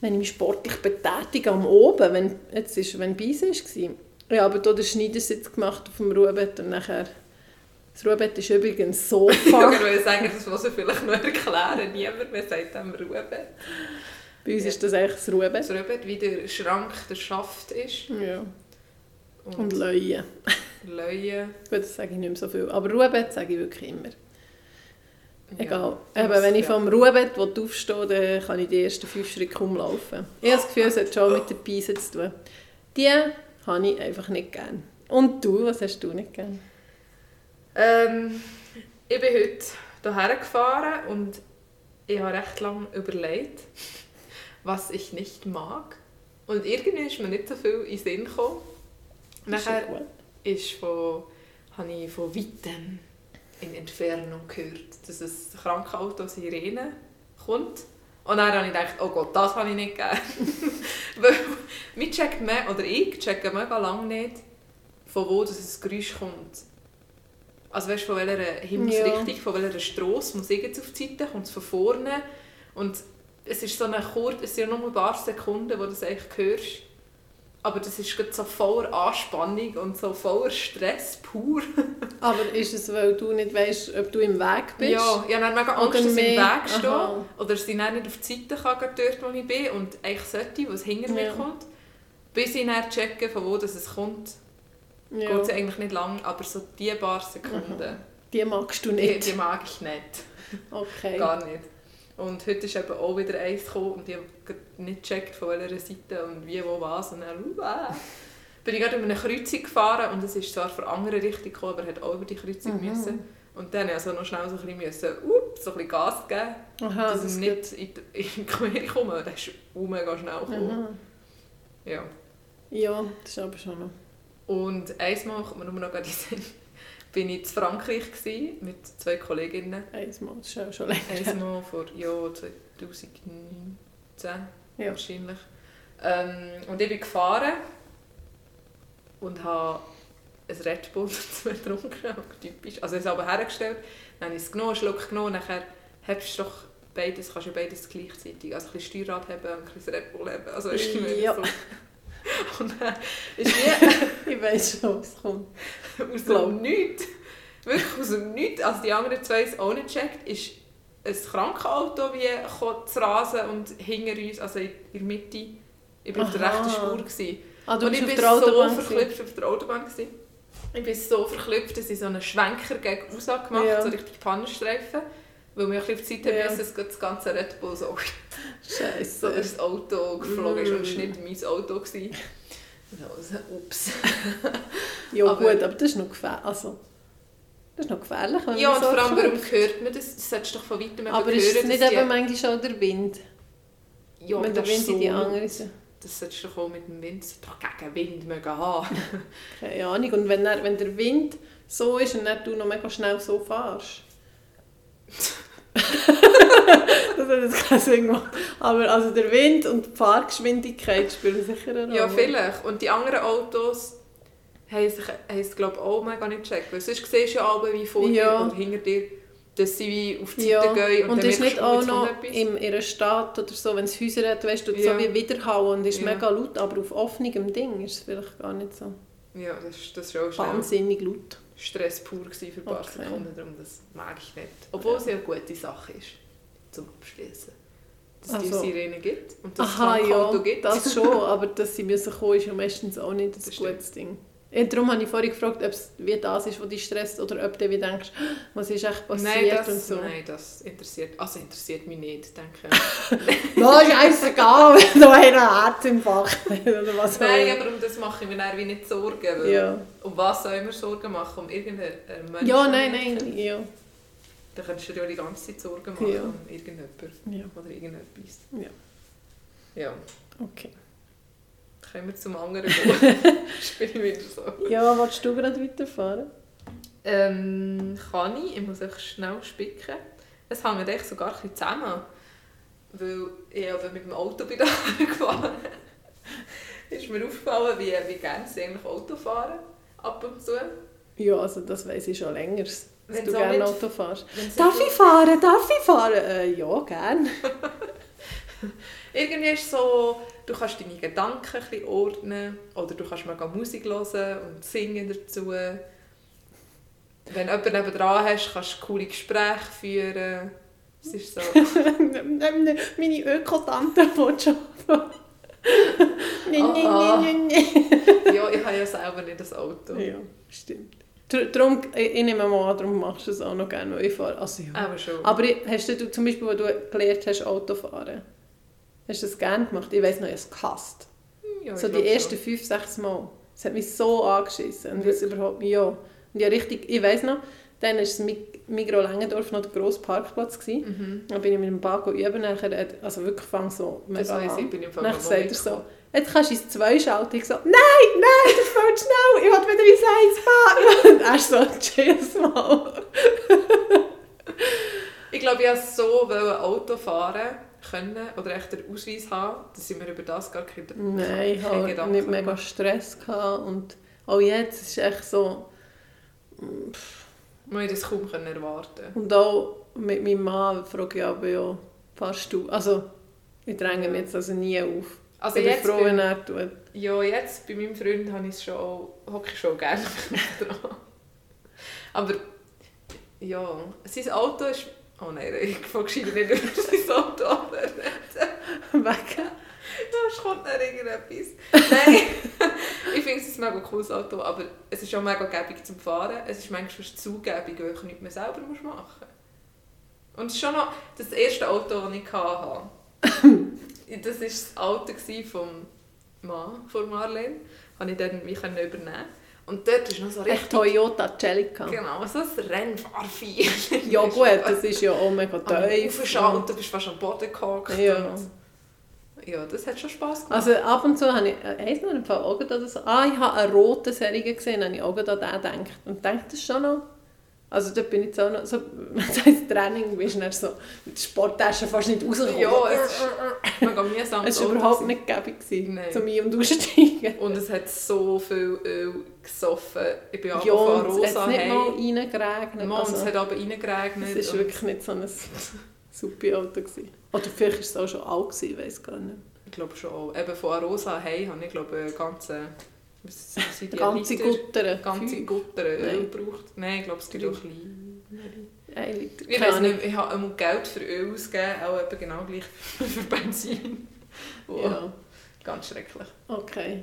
[SPEAKER 2] wenn ich mich sportlich betätige am Oben, wenn jetzt ist, wenn Beise ist, war. Ja, aber da der Schneidersitz gemacht auf dem Ruhebett und nachher, das Ruhebett ist übrigens
[SPEAKER 1] <laughs> Ich
[SPEAKER 2] Sofa.
[SPEAKER 1] würde sagen, das muss ich vielleicht noch erklären. Niemand mehr sagt dem Ruhebett.
[SPEAKER 2] Bei uns ist das eigentlich das Ruhebett.
[SPEAKER 1] Das Ruhebett, wie der Schrank der Schaft ist.
[SPEAKER 2] Ja. Und
[SPEAKER 1] Und
[SPEAKER 2] Leuen.
[SPEAKER 1] Leuen.
[SPEAKER 2] Gut, das sage ich nicht mehr so viel, aber Ruhebett sage ich wirklich immer.
[SPEAKER 1] Ja.
[SPEAKER 2] Egal.
[SPEAKER 1] Ja.
[SPEAKER 2] Eben, wenn ich
[SPEAKER 1] Ja.
[SPEAKER 2] vom Ruhebett aufstehe, dann kann ich die ersten fünf Schritte kaum laufen. Ich habe das Gefühl, es hat schon mit der Peise zu tun. Die habe ich einfach nicht gern. Und du, was hast du nicht gern?
[SPEAKER 1] Ähm, ich bin heute hierher gefahren und ich habe recht lange überlegt, was ich nicht mag. Und irgendwie ist mir nicht so viel in den Sinn gekommen.
[SPEAKER 2] Das ist ja
[SPEAKER 1] Nachher
[SPEAKER 2] gut.
[SPEAKER 1] ist von, habe ich von weitem in Entfernung gehört, dass ein Krankenauto Sirene kommt. Und dann habe ich gedacht, oh Gott, das habe ich nicht gegeben. <laughs> Weil wir checken, me- oder ich checke mega lange nicht, von wo das Geräusch kommt. Also weißt du, von welcher Himmelsrichtung, von welcher Strasse muss ich jetzt auf die Seite, kommt es von vorne. Und es ist so eine kurze, es sind nur ein paar Sekunden, wo du das eigentlich hörst. Aber das ist gerade so voller Anspannung und so voller Stress pur.
[SPEAKER 2] Aber ist es, weil du nicht weißt, ob du im Weg bist?
[SPEAKER 1] Ja, ich habe dann mega Angst,
[SPEAKER 2] Oder
[SPEAKER 1] dass ich im
[SPEAKER 2] mehr-
[SPEAKER 1] Weg stehe.
[SPEAKER 2] Aha.
[SPEAKER 1] Oder dass ich dann nicht auf die Seite kann, gerade dort, wo ich bin. Und eigentlich sollte ich, was hinter mir
[SPEAKER 2] Ja.
[SPEAKER 1] kommt. Bis ich dann checke, von wo das es kommt.
[SPEAKER 2] Ja.
[SPEAKER 1] Geht es eigentlich nicht lang, aber so die paar Sekunden,
[SPEAKER 2] Die magst du
[SPEAKER 1] die,
[SPEAKER 2] nicht.
[SPEAKER 1] die mag ich nicht.
[SPEAKER 2] Okay.
[SPEAKER 1] Gar nicht. Und heute ist eben auch wieder eins gekommen und ich habe gerade nicht gecheckt von welcher Seite und wie, wo, was. Und dann uh, ah. bin ich gerade über eine Kreuzung gefahren und es ist zwar von der anderen Richtung gekommen, aber hat auch über die Kreuzung
[SPEAKER 2] Mhm.
[SPEAKER 1] müssen. Und dann musste ich also noch schnell so ein bisschen, müssen, ups, so ein bisschen Gas geben,
[SPEAKER 2] Aha,
[SPEAKER 1] dass ich nicht Ah, in die in die Quere komme. Und dann ist uh, mega schnell gekommen.
[SPEAKER 2] Aha.
[SPEAKER 1] Ja.
[SPEAKER 2] Ja, das ist aber schon noch.
[SPEAKER 1] Und einmal, kommt mir nur noch gerade in den Sinn, bin ich in Frankreich gewesen, mit zwei Kolleginnen.
[SPEAKER 2] Einmal, das ist auch schon länger. her.
[SPEAKER 1] Einmal vor ja, 2019
[SPEAKER 2] Ja.
[SPEAKER 1] wahrscheinlich. Ähm, und ich bin gefahren und habe ein Red Bull <laughs> dazu getrunken, typisch. Also ich habe es aber hergestellt, dann habe ich es genommen, einen Schluck genommen, nachher hast du doch beides, kannst du beides gleichzeitig, also ein bisschen Steuerrad haben und ein bisschen Red Bull haben, also ist
[SPEAKER 2] Ja.
[SPEAKER 1] so. <laughs> Und
[SPEAKER 2] <laughs>
[SPEAKER 1] dann ist wie
[SPEAKER 2] Ich weiß schon, was kommt.
[SPEAKER 1] aus
[SPEAKER 2] Glaub.
[SPEAKER 1] dem Nichts, wirklich aus dem Nichts, als die anderen zwei es auch nicht checkt, ist ein Krankenauto wie gekommen zu rasen und hinter uns, also in der Mitte, ich war auf der
[SPEAKER 2] Aha.
[SPEAKER 1] rechten Spur. Gewesen.
[SPEAKER 2] Ah, du
[SPEAKER 1] und
[SPEAKER 2] bist
[SPEAKER 1] ich
[SPEAKER 2] auf
[SPEAKER 1] bin
[SPEAKER 2] der Autobahn.
[SPEAKER 1] so
[SPEAKER 2] gewesen.
[SPEAKER 1] verklüpft auf der Autobahn. Gewesen. Ich bin so verklüpft, dass ich so einen Schwenker gegen raus gemacht
[SPEAKER 2] Ja.
[SPEAKER 1] so richtig Pannenstreifen. Weil wir ein bisschen auf die Seite
[SPEAKER 2] Ja.
[SPEAKER 1] müssen, dass das ganze Red Bull so, <laughs> so
[SPEAKER 2] Scheiße.
[SPEAKER 1] durchs Auto geflogen ist. Und es
[SPEAKER 2] Mm.
[SPEAKER 1] war nicht mein Auto. Gewesen. Also, ups.
[SPEAKER 2] Ja
[SPEAKER 1] aber-
[SPEAKER 2] gut, aber das ist noch gefährlich. Also, das ist noch gefährlich, wenn
[SPEAKER 1] Ja,
[SPEAKER 2] man
[SPEAKER 1] und
[SPEAKER 2] so
[SPEAKER 1] vor allem,
[SPEAKER 2] klüpft.
[SPEAKER 1] warum hört man das? Das solltest du doch von weitem eben
[SPEAKER 2] Aber ist es
[SPEAKER 1] hören,
[SPEAKER 2] nicht
[SPEAKER 1] dass die-
[SPEAKER 2] eben manchmal auch der Wind?
[SPEAKER 1] ja, aber
[SPEAKER 2] wenn der
[SPEAKER 1] das ist
[SPEAKER 2] Wind in die
[SPEAKER 1] so-
[SPEAKER 2] andere Seite...
[SPEAKER 1] Das solltest du doch auch mit dem Wind, das doch gegen Wind mögen haben.
[SPEAKER 2] Keine Ahnung. Und wenn, er, wenn der Wind so ist und dann du noch mega schnell so
[SPEAKER 1] <laughs>
[SPEAKER 2] fährst. das hat jetzt keinen Sinn gemacht. Aber also der Wind und die Fahrgeschwindigkeit spielen sicher eine Rolle.
[SPEAKER 1] ja, vielleicht. Und die anderen Autos haben sich- haben es, glaube ich, auch mega nicht gecheckt. Weil sonst siehst du ja alle wie vor
[SPEAKER 2] Ja.
[SPEAKER 1] dir oder hinter dir, dass sie wie auf die
[SPEAKER 2] Ja.
[SPEAKER 1] Seite gehen.
[SPEAKER 2] Und,
[SPEAKER 1] dann
[SPEAKER 2] ist
[SPEAKER 1] merkst
[SPEAKER 2] nicht
[SPEAKER 1] du,
[SPEAKER 2] auch
[SPEAKER 1] jetzt
[SPEAKER 2] noch
[SPEAKER 1] kommt etwas.
[SPEAKER 2] in ihrer Stadt oder so, wenn es Häuser hat, weißt du, tut es
[SPEAKER 1] Ja.
[SPEAKER 2] so wie widerhauen und ist
[SPEAKER 1] Ja.
[SPEAKER 2] mega laut, aber auf offenem Ding ist es vielleicht gar nicht so
[SPEAKER 1] Ja, das ist, das ist auch schnell
[SPEAKER 2] wahnsinnig laut.
[SPEAKER 1] Stress pur gewesen für ein paar
[SPEAKER 2] Okay.
[SPEAKER 1] Sekunden. Darum das mag ich nicht. Obwohl
[SPEAKER 2] Ja.
[SPEAKER 1] es ja eine gute Sache ist, zum Abschließen. Dass es
[SPEAKER 2] Also.
[SPEAKER 1] die Sirene gibt und dass es
[SPEAKER 2] Aha, ja,
[SPEAKER 1] Krankenauto gibt.
[SPEAKER 2] das schon, aber dass sie müssen kommen, ist ja meistens auch nicht ein
[SPEAKER 1] Das
[SPEAKER 2] gutes Ding. Ja, darum habe ich vorhin gefragt, ob es wie das ist, was dich stresst, oder ob du wie denkst, <gasps> was ist echt passiert
[SPEAKER 1] Nein das,
[SPEAKER 2] und so.
[SPEAKER 1] nein, das interessiert, also interessiert mich nicht, denke
[SPEAKER 2] <laughs> Ja, scheißegal, wenn du einen Herzinfarkt <laughs> oder was auch
[SPEAKER 1] Nein,
[SPEAKER 2] immer.
[SPEAKER 1] aber um das mache ich mir dann wie nicht Sorgen. Weil
[SPEAKER 2] Ja.
[SPEAKER 1] Um was soll ich mir Sorgen machen? Um irgendeinen Menschen?
[SPEAKER 2] ja, nein, nein, ja.
[SPEAKER 1] Dann könntest du dir ja die ganze Zeit Sorgen machen
[SPEAKER 2] Ja.
[SPEAKER 1] um irgendjemanden
[SPEAKER 2] ja.
[SPEAKER 1] oder irgendetwas.
[SPEAKER 2] Ja.
[SPEAKER 1] Ja,
[SPEAKER 2] Okay.
[SPEAKER 1] kommen wir zum anderen Buch.
[SPEAKER 2] <laughs>
[SPEAKER 1] ich bin wieder so.
[SPEAKER 2] Ja, willst du gerade weiterfahren?
[SPEAKER 1] Ähm, kann ich, ich muss einfach schnell spicken. Es hängt echt sogar ein bisschen zusammen. Weil ich eben mit dem Auto bin <laughs> gefahren ist mir aufgefallen, wie, wie gerne sie eigentlich Auto fahren, ab und zu.
[SPEAKER 2] Ja, also das weiss ich schon länger, dass
[SPEAKER 1] Wenn
[SPEAKER 2] du
[SPEAKER 1] so
[SPEAKER 2] gerne
[SPEAKER 1] nicht-
[SPEAKER 2] Auto fährst.
[SPEAKER 1] Wenn sie
[SPEAKER 2] Darf
[SPEAKER 1] so-
[SPEAKER 2] ich fahren? Darf ich fahren? Äh, ja, <laughs> gerne.
[SPEAKER 1] Irgendwie ist es so, du kannst deine Gedanken ein bisschen ordnen oder du kannst mega Musik hören und singen dazu. Wenn du jemanden nebenan hast, kannst du coole Gespräche führen. Es
[SPEAKER 2] <laughs>
[SPEAKER 1] ist so...
[SPEAKER 2] Meine Öko-Tante will schon. <laughs> Nein,
[SPEAKER 1] Aha.
[SPEAKER 2] nein, nein, nein,
[SPEAKER 1] ja, ich habe ja selber nicht das Auto.
[SPEAKER 2] nein. Ja, stimmt. Dr- Drum, ich ich nehme mal an, darum machst du es auch noch gerne, weil ich fahre. Also, ja.
[SPEAKER 1] Ah, Aber schon.
[SPEAKER 2] Aber ich- hast du zum Beispiel, wo du gelernt hast, Autofahren, hast du das gerne gemacht? Ich weiss noch, ich habe es gehasst.
[SPEAKER 1] ja, ich
[SPEAKER 2] So die
[SPEAKER 1] glaub
[SPEAKER 2] ersten fünf, sechs Mal. Es hat mich so angeschissen. Und das überhaupt, ja. Und ja, richtig, ich weiss noch, dann war das Mig- Migros Längendorf noch der grosse Parkplatz. Gewesen.
[SPEAKER 1] schon. Mhm.
[SPEAKER 2] Dann bin ich mit dem Bago üben, nachher, hat- also wirklich fang so
[SPEAKER 1] Das
[SPEAKER 2] mega
[SPEAKER 1] weiss ich,
[SPEAKER 2] an.
[SPEAKER 1] bin ich im Fall
[SPEAKER 2] Dann
[SPEAKER 1] noch
[SPEAKER 2] sagt er so,
[SPEAKER 1] mitgekommen.
[SPEAKER 2] jetzt kannst du ins Zwei schalten. Ich so, nein, nein, das fällt schnell, ich will wieder ins Eins fahren. <laughs> Und er so, cheers mal.
[SPEAKER 1] Ich glaube, ich wollte so wollte Auto fahren können oder echt den Ausweis haben, dass ich mir über das gar keine,
[SPEAKER 2] Nein, ich
[SPEAKER 1] keine
[SPEAKER 2] hatte
[SPEAKER 1] Gedanken
[SPEAKER 2] nicht mega
[SPEAKER 1] gemacht
[SPEAKER 2] Stress. Gehabt und auch jetzt ist es echt so...
[SPEAKER 1] habe. Ich das kaum können erwarten.
[SPEAKER 2] Und auch mit meinem Mann frage ich aber ja, fährst du? Also, ich dränge mich jetzt also nie auf.
[SPEAKER 1] Also
[SPEAKER 2] ich bin
[SPEAKER 1] jetzt
[SPEAKER 2] froh,
[SPEAKER 1] bin-
[SPEAKER 2] wenn er tut.
[SPEAKER 1] Ja, jetzt bei meinem Freund habe ich es schon auch, hocke ich schon gerne <laughs> dran. Aber ja, sein Auto ist. Oh nein, <laughs> ich fange gescheiter nicht über sein Auto an.
[SPEAKER 2] Weg.
[SPEAKER 1] Sonst kommt noch irgendetwas. Nein, <laughs> ich finde es ist ein mega cooles Auto, aber es ist auch mega gäbig zum Fahren. Es ist manchmal fast zu gäbig, weil ich nichts mehr selber machen muss. Und es ist schon noch das erste Auto, das ich hatte.
[SPEAKER 2] <laughs>
[SPEAKER 1] das war das Auto vom Mann von Marlene. Habe ich dann mich übernehmen. Und dort ist noch so
[SPEAKER 2] Echt
[SPEAKER 1] richtig...
[SPEAKER 2] Toyota Celica.
[SPEAKER 1] Genau, so ein Rennfahrvieh.
[SPEAKER 2] <laughs> Ja gut, das ist ja auch mega
[SPEAKER 1] Teufel.
[SPEAKER 2] tief.
[SPEAKER 1] und du bist fast am Boden gehackt.
[SPEAKER 2] Ja.
[SPEAKER 1] ja, das hat schon Spass gemacht.
[SPEAKER 2] Also ab und zu habe ich, heisst noch im Fall auch gerade das, ah, ich habe eine rote Serie gesehen, habe ich auch gerade an den gedacht. Und denke, das ist schon noch, also da bin ich jetzt auch noch, so, <laughs> wenn du ins Training bist, dann so mit der Sporttasche fast nicht rausgekommen.
[SPEAKER 1] ja, es ist mega mühsam.
[SPEAKER 2] es
[SPEAKER 1] das
[SPEAKER 2] war
[SPEAKER 1] Auto
[SPEAKER 2] überhaupt
[SPEAKER 1] gewesen.
[SPEAKER 2] nicht gäbig, gewesen,
[SPEAKER 1] Nein.
[SPEAKER 2] zum Ein- und Aussteigen.
[SPEAKER 1] Und es hat so viel Öl gesoffen. Ich bin
[SPEAKER 2] Ja,
[SPEAKER 1] angefangen
[SPEAKER 2] und es
[SPEAKER 1] rosa
[SPEAKER 2] hat nicht mal
[SPEAKER 1] heim.
[SPEAKER 2] reingeregnet.
[SPEAKER 1] Mom, es
[SPEAKER 2] Also,
[SPEAKER 1] hat aber
[SPEAKER 2] es
[SPEAKER 1] reingeregnet.
[SPEAKER 2] ist
[SPEAKER 1] und-
[SPEAKER 2] wirklich nicht so ein <laughs> super Auto. Gewesen. Oder vielleicht war es auch schon alt, gewesen, ich weiß gar nicht.
[SPEAKER 1] Ich glaube schon auch. Eben von Arosa hey habe ich glaube einen ganzen... Was sind die
[SPEAKER 2] Der ganze
[SPEAKER 1] Liter?
[SPEAKER 2] Gutter.
[SPEAKER 1] ganze Gutter Öl
[SPEAKER 2] Nein.
[SPEAKER 1] gebraucht. Nein, ich glaube es gibt auch klein.
[SPEAKER 2] Ein Liter.
[SPEAKER 1] Ich
[SPEAKER 2] Keine
[SPEAKER 1] weiß
[SPEAKER 2] Ahnung.
[SPEAKER 1] nicht, ich habe einmal Geld für Öl ausgegeben, auch eben genau gleich <laughs> für Benzin. Wow,
[SPEAKER 2] Ja.
[SPEAKER 1] Ganz schrecklich.
[SPEAKER 2] Okay.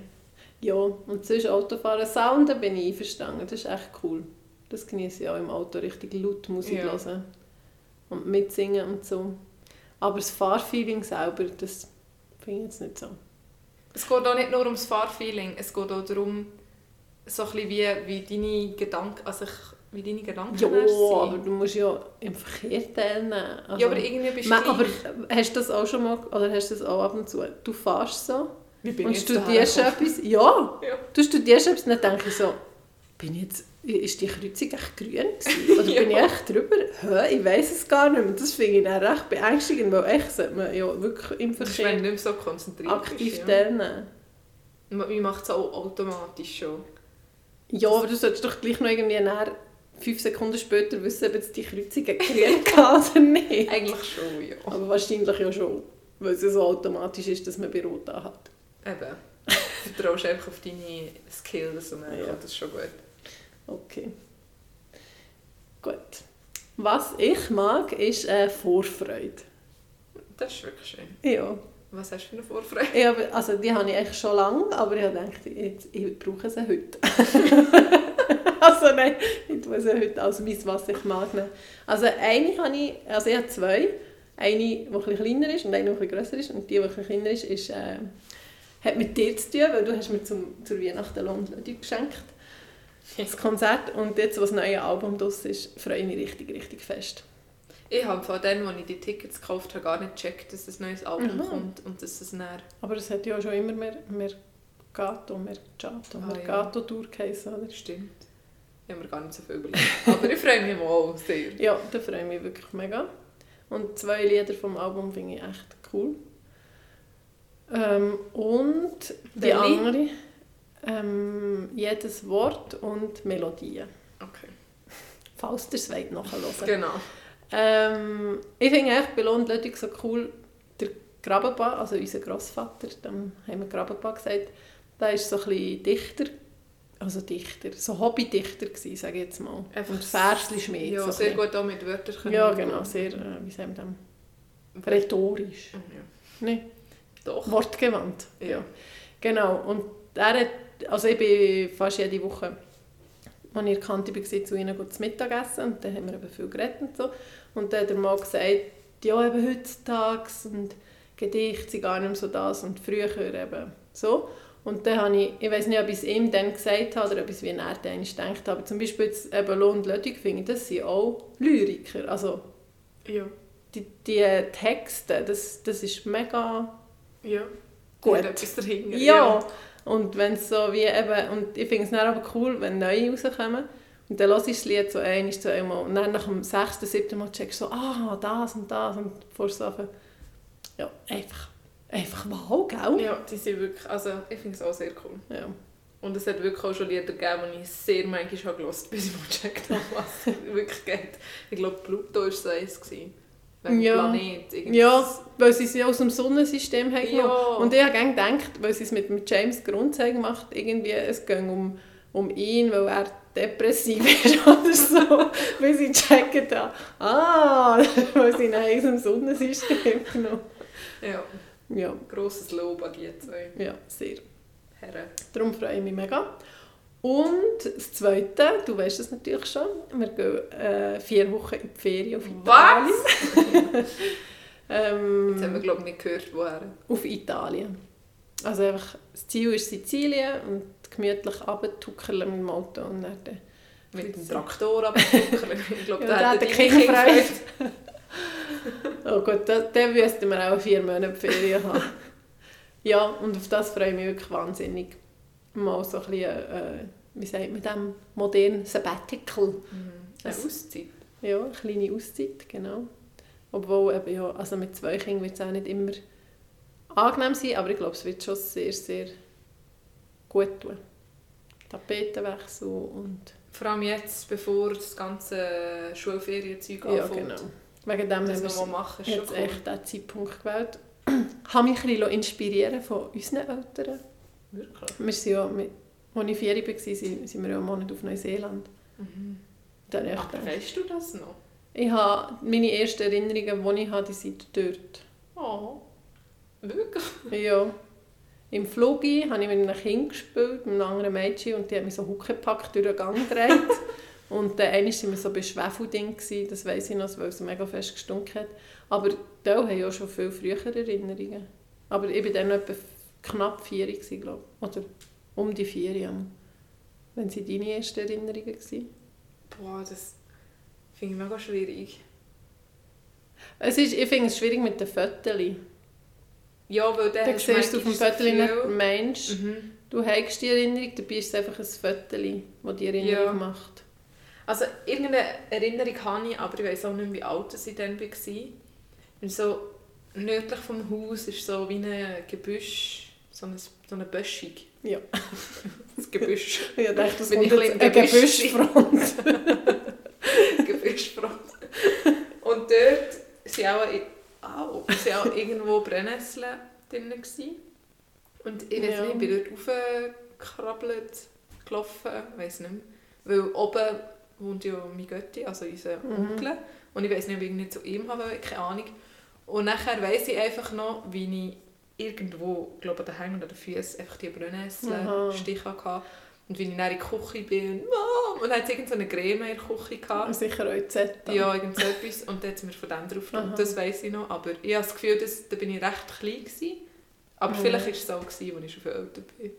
[SPEAKER 2] Ja, und sonst Autofahren Sound, da bin ich einverstanden. Das ist echt cool. Das genieße ich auch im Auto, richtig laut Musik
[SPEAKER 1] Ja.
[SPEAKER 2] hören. Und mitsingen und so. Aber das Fahrfeeling selber, das finde ich jetzt nicht so.
[SPEAKER 1] Es geht auch nicht nur ums Fahrfeeling, es geht auch darum, so ein bisschen wie, wie deine Gedanken, also ich- wie deine Gedanken
[SPEAKER 2] Ja,
[SPEAKER 1] dann sind.
[SPEAKER 2] aber du musst ja im Verkehr teilnehmen. Also,
[SPEAKER 1] ja, aber irgendwie bist du
[SPEAKER 2] Ma- aber
[SPEAKER 1] gleich.
[SPEAKER 2] hast du das auch schon mal, oder hast du das auch ab und zu? Du fährst so
[SPEAKER 1] Wie bin
[SPEAKER 2] und
[SPEAKER 1] ich jetzt
[SPEAKER 2] studierst
[SPEAKER 1] dahergekommen?
[SPEAKER 2] etwas. Ja,
[SPEAKER 1] <laughs> Ja.
[SPEAKER 2] Du studierst etwas und dann denke ich so, bin ich jetzt, ist die Kreuzung echt grün
[SPEAKER 1] <laughs>
[SPEAKER 2] gewesen? Oder bin ich
[SPEAKER 1] Ja.
[SPEAKER 2] echt drüber? Hä, ich weiß es gar nicht mehr. Das finde ich dann recht beängstigend, weil echt sollte man ja wirklich im
[SPEAKER 1] Das ist, wenn du
[SPEAKER 2] Verkehr
[SPEAKER 1] nicht mehr so konzentriert
[SPEAKER 2] aktiv
[SPEAKER 1] bist. Ja.
[SPEAKER 2] teilnehmen.
[SPEAKER 1] Man macht es auch automatisch schon.
[SPEAKER 2] Ja, aber du solltest doch gleich noch irgendwie nachher fünf Sekunden später wissen, ob jetzt die
[SPEAKER 1] <laughs>
[SPEAKER 2] Kreuzung grün war oder nicht.
[SPEAKER 1] Eigentlich schon, ja.
[SPEAKER 2] Aber wahrscheinlich ja schon, weil es ja so automatisch ist, dass man bei Rot anhat.
[SPEAKER 1] Eben. Du vertraust einfach auf deine Skills und dann
[SPEAKER 2] Ja.
[SPEAKER 1] kommt das schon gut.
[SPEAKER 2] Okay. Gut. Was ich mag, ist äh, Vorfreude.
[SPEAKER 1] Das ist wirklich schön.
[SPEAKER 2] Ja.
[SPEAKER 1] Was hast du für eine Vorfreude?
[SPEAKER 2] Ich habe, also die habe ich eigentlich schon lange, aber ich habe gedacht, jetzt, ich brauche sie heute. <laughs> also nein, ich tue sie heute als mein, was ich mag. nehmen. Also eine habe ich, also ich habe zwei. Eine, die ein bisschen kleiner ist und eine, die ein bisschen grösser ist. Und die, die ein bisschen kleiner ist, ist äh, hat mit dir zu tun, weil du hast mir zum, zur Weihnachten Lohnleute geschenkt. Das Konzert. Und jetzt, was das neue Album draus ist, freue ich mich richtig, richtig fest.
[SPEAKER 1] Ich habe von dem, als ich die Tickets gekauft habe, gar nicht gecheckt, dass ein neues Album
[SPEAKER 2] Aha.
[SPEAKER 1] kommt und dass es näher.
[SPEAKER 2] Aber es hat ja schon immer mehr Mercato, Mercato,
[SPEAKER 1] Ah, ja.
[SPEAKER 2] Mercato-Tour geheissen, oder?
[SPEAKER 1] Stimmt. Ich habe mir gar nicht so viel überlegt. <laughs> Aber ich freue mich mal sehr.
[SPEAKER 2] Ja, da freue ich mich wirklich mega. Und zwei Lieder vom Album finde ich echt cool. Ähm, und die
[SPEAKER 1] Welche?
[SPEAKER 2] andere, ähm, jedes Wort und Melodien.
[SPEAKER 1] Okay.
[SPEAKER 2] <laughs> Falls ihr es wollt, nachher hören.
[SPEAKER 1] Genau.
[SPEAKER 2] Ähm, ich finde echt bei Lohn Lötig so cool, der Grabenba, also unser Grossvater, dem haben wir Grabenba gesagt, der ist so ein bisschen Dichter, also Dichter, so Hobbydichter gewesen, sage ich jetzt mal. und Versli schmied.
[SPEAKER 1] Ja,
[SPEAKER 2] so
[SPEAKER 1] sehr
[SPEAKER 2] ein bisschen.
[SPEAKER 1] gut auch mit Wörtern können.
[SPEAKER 2] Ja, genau, sehr, äh, wie sagen wir das?
[SPEAKER 1] Ja.
[SPEAKER 2] Rhetorisch. Nein,
[SPEAKER 1] Doch.
[SPEAKER 2] wortgewandt.
[SPEAKER 1] Ja.
[SPEAKER 2] Genau. Und er hat, also ich bin fast jede Woche, als ich erkannt war, zu ihnen gut zu Mittag essen. Und dann haben wir eben viel geredet und so. Und dann hat er mal gesagt, ja, eben heutzutage und Gedichte sind gar nicht mehr so das und früher eben so. Und dann habe ich, ich weiß nicht, ob ich es ihm dann gesagt habe oder ob ich es wie er dann einmal gedacht habe, zum Beispiel jetzt eben Lohn und Lötig finde ich, das sind auch Lyriker, also
[SPEAKER 1] Ja.
[SPEAKER 2] die, die Texte, das, das ist mega
[SPEAKER 1] Ja.
[SPEAKER 2] gut.
[SPEAKER 1] Hat etwas dahinter.
[SPEAKER 2] Ja. Und wenn es so wie eben, und ich finde es dann aber cool, wenn neue rauskommen. Und dann hörst du das Lied so einmal, so einmal. Und dann nach dem sechsten, siebten Mal checkst du so, ah, das und das. Und bevor es so anfängt. Ja, einfach, einfach wow,
[SPEAKER 1] Ja.
[SPEAKER 2] gell?
[SPEAKER 1] ja, die sind wirklich, also ich finde es auch sehr cool.
[SPEAKER 2] Ja.
[SPEAKER 1] Und es hat wirklich auch schon Lieder gegeben, die ich sehr manchmal habe gehört, <laughs> bis ich mal gecheckt habe, was <laughs> es wirklich geht. Ich glaube, Pluto war so eins. gewesen. Wegen
[SPEAKER 2] Ja.
[SPEAKER 1] Planet. irgendwas.
[SPEAKER 2] Ja, weil sie es ja aus dem Sonnensystem haben genommen.
[SPEAKER 1] Ja.
[SPEAKER 2] Und ich habe gerne gedacht, weil sie es mit dem James Grundzeigen macht, irgendwie, es ging um, um ihn, weil er depressiv <laughs> ist oder so. weil sie checken da, ah, <laughs> weil sie ihn aus dem Sonnensystem genommen
[SPEAKER 1] ja.
[SPEAKER 2] Ja,
[SPEAKER 1] Grosses Lob an die zwei
[SPEAKER 2] ja, sehr.
[SPEAKER 1] Herren.
[SPEAKER 2] Darum freue ich mich mega. Und das Zweite, du weißt es natürlich schon, wir gehen äh, vier Wochen in die Ferien auf Italien.
[SPEAKER 1] Was? Jetzt haben wir,
[SPEAKER 2] Ähm,
[SPEAKER 1] glaube ich, nicht gehört, woher.
[SPEAKER 2] auf Italien. Also einfach, das Ziel ist Sizilien und gemütlich runtertuckeln mit dem Auto und dann dann
[SPEAKER 1] Mit dem Traktor abzuckern.
[SPEAKER 2] <laughs>
[SPEAKER 1] Ich glaube,
[SPEAKER 2] Ja,
[SPEAKER 1] da
[SPEAKER 2] da
[SPEAKER 1] hat
[SPEAKER 2] hat
[SPEAKER 1] der
[SPEAKER 2] er
[SPEAKER 1] Kinder
[SPEAKER 2] keine Freude.
[SPEAKER 1] gefreut.
[SPEAKER 2] Oh Gott, da- dann müssten wir auch vier Monate Ferien haben. ja, und auf das freue ich mich wirklich wahnsinnig. Mal so ein bisschen, äh, wie sagt man dem, modern Sabbatical.
[SPEAKER 1] Eine
[SPEAKER 2] Das-
[SPEAKER 1] Auszeit.
[SPEAKER 2] Ja, eine kleine Auszeit, genau. Obwohl, eben, ja, also mit zwei Kindern wird es auch nicht immer angenehm sein, aber ich glaube, es wird schon sehr, sehr gut tun. Tapetenwechsel und...
[SPEAKER 1] Vor allem jetzt, bevor das ganze Schulferienzeug
[SPEAKER 2] Ja,
[SPEAKER 1] anfängt.
[SPEAKER 2] genau. Wegen dem haben
[SPEAKER 1] Das
[SPEAKER 2] wir
[SPEAKER 1] nochmal machen, ist
[SPEAKER 2] Ich
[SPEAKER 1] schon
[SPEAKER 2] habe
[SPEAKER 1] cool.
[SPEAKER 2] echt diesen Zeitpunkt gewählt. <clears throat> Ich habe mich ein bisschen inspirieren von unseren Eltern.
[SPEAKER 1] Wirklich.
[SPEAKER 2] Wir sind ja, mit- als ich vier war, sind sind wir ja einen Monat auf Neuseeland.
[SPEAKER 1] Mhm.
[SPEAKER 2] Da habe ich echt
[SPEAKER 1] Aber
[SPEAKER 2] gedacht,
[SPEAKER 1] weißt du das noch?
[SPEAKER 2] ich habe meine ersten Erinnerungen, die ich habe, die sind dort.
[SPEAKER 1] Oh. Wirklich?
[SPEAKER 2] Ja. Im Flug habe ich mit einem Kind gespielt, mit einem anderen Mädchen, und die hat mich so huckepack durch den Gang gedreht. und dann einmal waren wir so bei Schwefelding, gewesen, das weiss ich noch, weil es mega fest gestunken hat. Aber da habe ich auch schon viel frühere Erinnerungen. Aber ich war dann noch etwa knapp vier, gewesen, glaube ich. Oder um die vier Jahre. Wenn sie deine ersten Erinnerungen waren.
[SPEAKER 1] Boah, das finde ich mega schwierig.
[SPEAKER 2] Es ist, ich finde es schwierig mit den Fotos.
[SPEAKER 1] Ja, weil dann
[SPEAKER 2] Dann
[SPEAKER 1] hast
[SPEAKER 2] siehst du auf dem
[SPEAKER 1] manchmal
[SPEAKER 2] Foto
[SPEAKER 1] das
[SPEAKER 2] nicht
[SPEAKER 1] Gefühl-
[SPEAKER 2] den Menschen.
[SPEAKER 1] Mhm.
[SPEAKER 2] Du hast die Erinnerung, dabei ist es einfach ein Föteli, das die Erinnerung
[SPEAKER 1] Ja.
[SPEAKER 2] macht.
[SPEAKER 1] Also irgendeine Erinnerung habe ich, aber ich weiß auch nicht mehr, wie alt ich dann war. Und so nördlich vom Haus ist so wie ein Gebüsch, so eine, so eine Böschung.
[SPEAKER 2] Ja.
[SPEAKER 1] <laughs> Das Gebüsch.
[SPEAKER 2] Ich dachte, das
[SPEAKER 1] Bin
[SPEAKER 2] kommt
[SPEAKER 1] ich ein
[SPEAKER 2] jetzt eine <laughs>
[SPEAKER 1] bisschen
[SPEAKER 2] Gebüschfront.
[SPEAKER 1] Gebüschbrot. Und dort sind auch, au, sind auch irgendwo Brennnesseln drin. Gewesen. Und ich weiß
[SPEAKER 2] Ja.
[SPEAKER 1] nicht, ich bin dort raufgekrabbelt, gelaufen, ich weiß nicht mehr. Weil oben wohnt ja mein Götti, also unser
[SPEAKER 2] Mhm.
[SPEAKER 1] Onkel. Und ich weiß nicht, ob ich nicht zu ihm haben wollte, keine Ahnung. Und nachher weiss ich einfach noch, wie ich irgendwo, glaube ich, daheim oder den Füßen einfach die Brennnesseln
[SPEAKER 2] Aha.
[SPEAKER 1] Stich hatte. Und wie ich dann in die Küche bin, Mom! Und dann hat es irgendeine Creme in der Küche gehabt.
[SPEAKER 2] Sicher auch in Z.
[SPEAKER 1] Ja, irgend so etwas. Und dann hat sie mir von dem drauf
[SPEAKER 2] Aha.
[SPEAKER 1] Und das weiss ich noch. Aber ich habe das Gefühl, dass, da bin ich recht klein gewesen. Aber
[SPEAKER 2] Mhm.
[SPEAKER 1] vielleicht war es so, gewesen, als ich schon viel älter bin.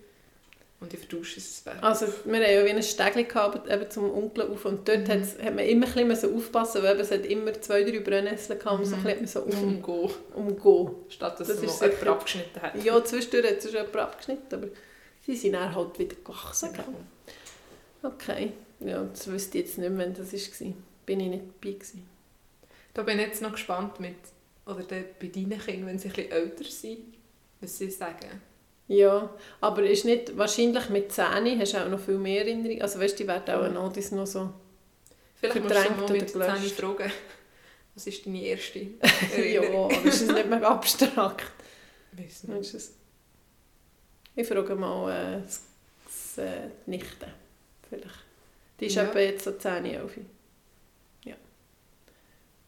[SPEAKER 1] Und ich vertausche es weg.
[SPEAKER 2] Also, wir haben ja wie ein Stegli gehabt, eben zum Onkel auf. Und dort
[SPEAKER 1] Mhm.
[SPEAKER 2] hat's- hat man immer ein bisschen müssen aufpassen, weil eben es hat immer zwei, drei Brennnesseln gehabt,
[SPEAKER 1] Mhm.
[SPEAKER 2] und so ein bisschen hat man so um,
[SPEAKER 1] Umgehen.
[SPEAKER 2] umgehen.
[SPEAKER 1] Statt dass
[SPEAKER 2] Das
[SPEAKER 1] das
[SPEAKER 2] ist
[SPEAKER 1] noch
[SPEAKER 2] sicher-
[SPEAKER 1] jemand abgeschnitten hat.
[SPEAKER 2] Ja, zwischendurch hat es schon jemand abgeschnitten, aber sie sind dann halt wieder gewachsen. gell?
[SPEAKER 1] Genau.
[SPEAKER 2] Okay. Ja, das wüsste ich jetzt nicht mehr, wenn das war. Bin ich nicht dabei gewesen.
[SPEAKER 1] Da bin ich jetzt noch gespannt mit, oder dann bei deinen Kindern, wenn sie ein bisschen älter sind, was sie sagen.
[SPEAKER 2] Ja, aber ist nicht, wahrscheinlich mit 10 hast du auch noch viel mehr Erinnerungen. Also weißt du, die werden auch eine Notiz noch so.
[SPEAKER 1] Vielleicht
[SPEAKER 2] Verdrängt
[SPEAKER 1] musst du mal mit
[SPEAKER 2] oder
[SPEAKER 1] 10
[SPEAKER 2] gelöscht.
[SPEAKER 1] fragen. Was ist deine erste
[SPEAKER 2] <laughs> ja,
[SPEAKER 1] Erinnerung?
[SPEAKER 2] aber ist es nicht mehr abstrakt.
[SPEAKER 1] Weiss nicht.
[SPEAKER 2] Ist es... Ich frage mal äh, das, das, äh, die Nichte. Vielleicht. Die ist
[SPEAKER 1] Ja.
[SPEAKER 2] etwa jetzt so 10, 11. Ja.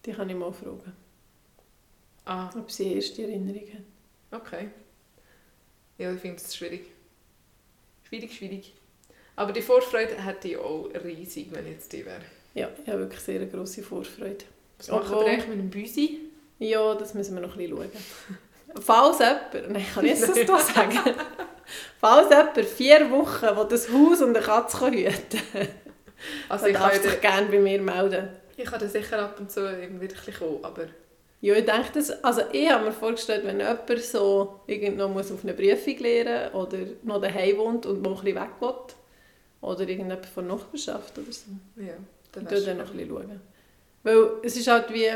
[SPEAKER 2] Die kann ich mal fragen,
[SPEAKER 1] Ah,
[SPEAKER 2] ob sie erste Erinnerung hat.
[SPEAKER 1] Okay. Ja, ich finde es schwierig. Schwierig, schwierig. Aber die Vorfreude hätte ich auch riesig, wenn ich jetzt die wäre.
[SPEAKER 2] Ja, ich habe wirklich sehr eine grosse Vorfreude.
[SPEAKER 1] Was machen wir
[SPEAKER 2] Obwohl-
[SPEAKER 1] eigentlich mit dem Büsi?
[SPEAKER 2] Ja, das müssen wir noch ein bisschen schauen. Falls jemand, nein, kann ich jetzt das da sagen?
[SPEAKER 1] <laughs>
[SPEAKER 2] Falls jemand vier Wochen, wo das Haus und eine Katze kann hüten kann, also
[SPEAKER 1] Also ich kann,
[SPEAKER 2] darf
[SPEAKER 1] ja
[SPEAKER 2] sich
[SPEAKER 1] da,
[SPEAKER 2] gerne bei mir melden.
[SPEAKER 1] ich kann da sicher ab und zu irgendwie ein bisschen kommen, aber...
[SPEAKER 2] Ja, ich denke, das, also ich habe mir vorgestellt, wenn jemand so irgend noch muss auf eine Prüfung lernen muss oder noch daheim wohnt und mal ein bisschen weg will, oder irgendjemand von der Nachbarschaft oder so,
[SPEAKER 1] Ja, dann
[SPEAKER 2] dann
[SPEAKER 1] wär's
[SPEAKER 2] schaue dann noch ein bisschen. Schauen. Weil es ist halt wie,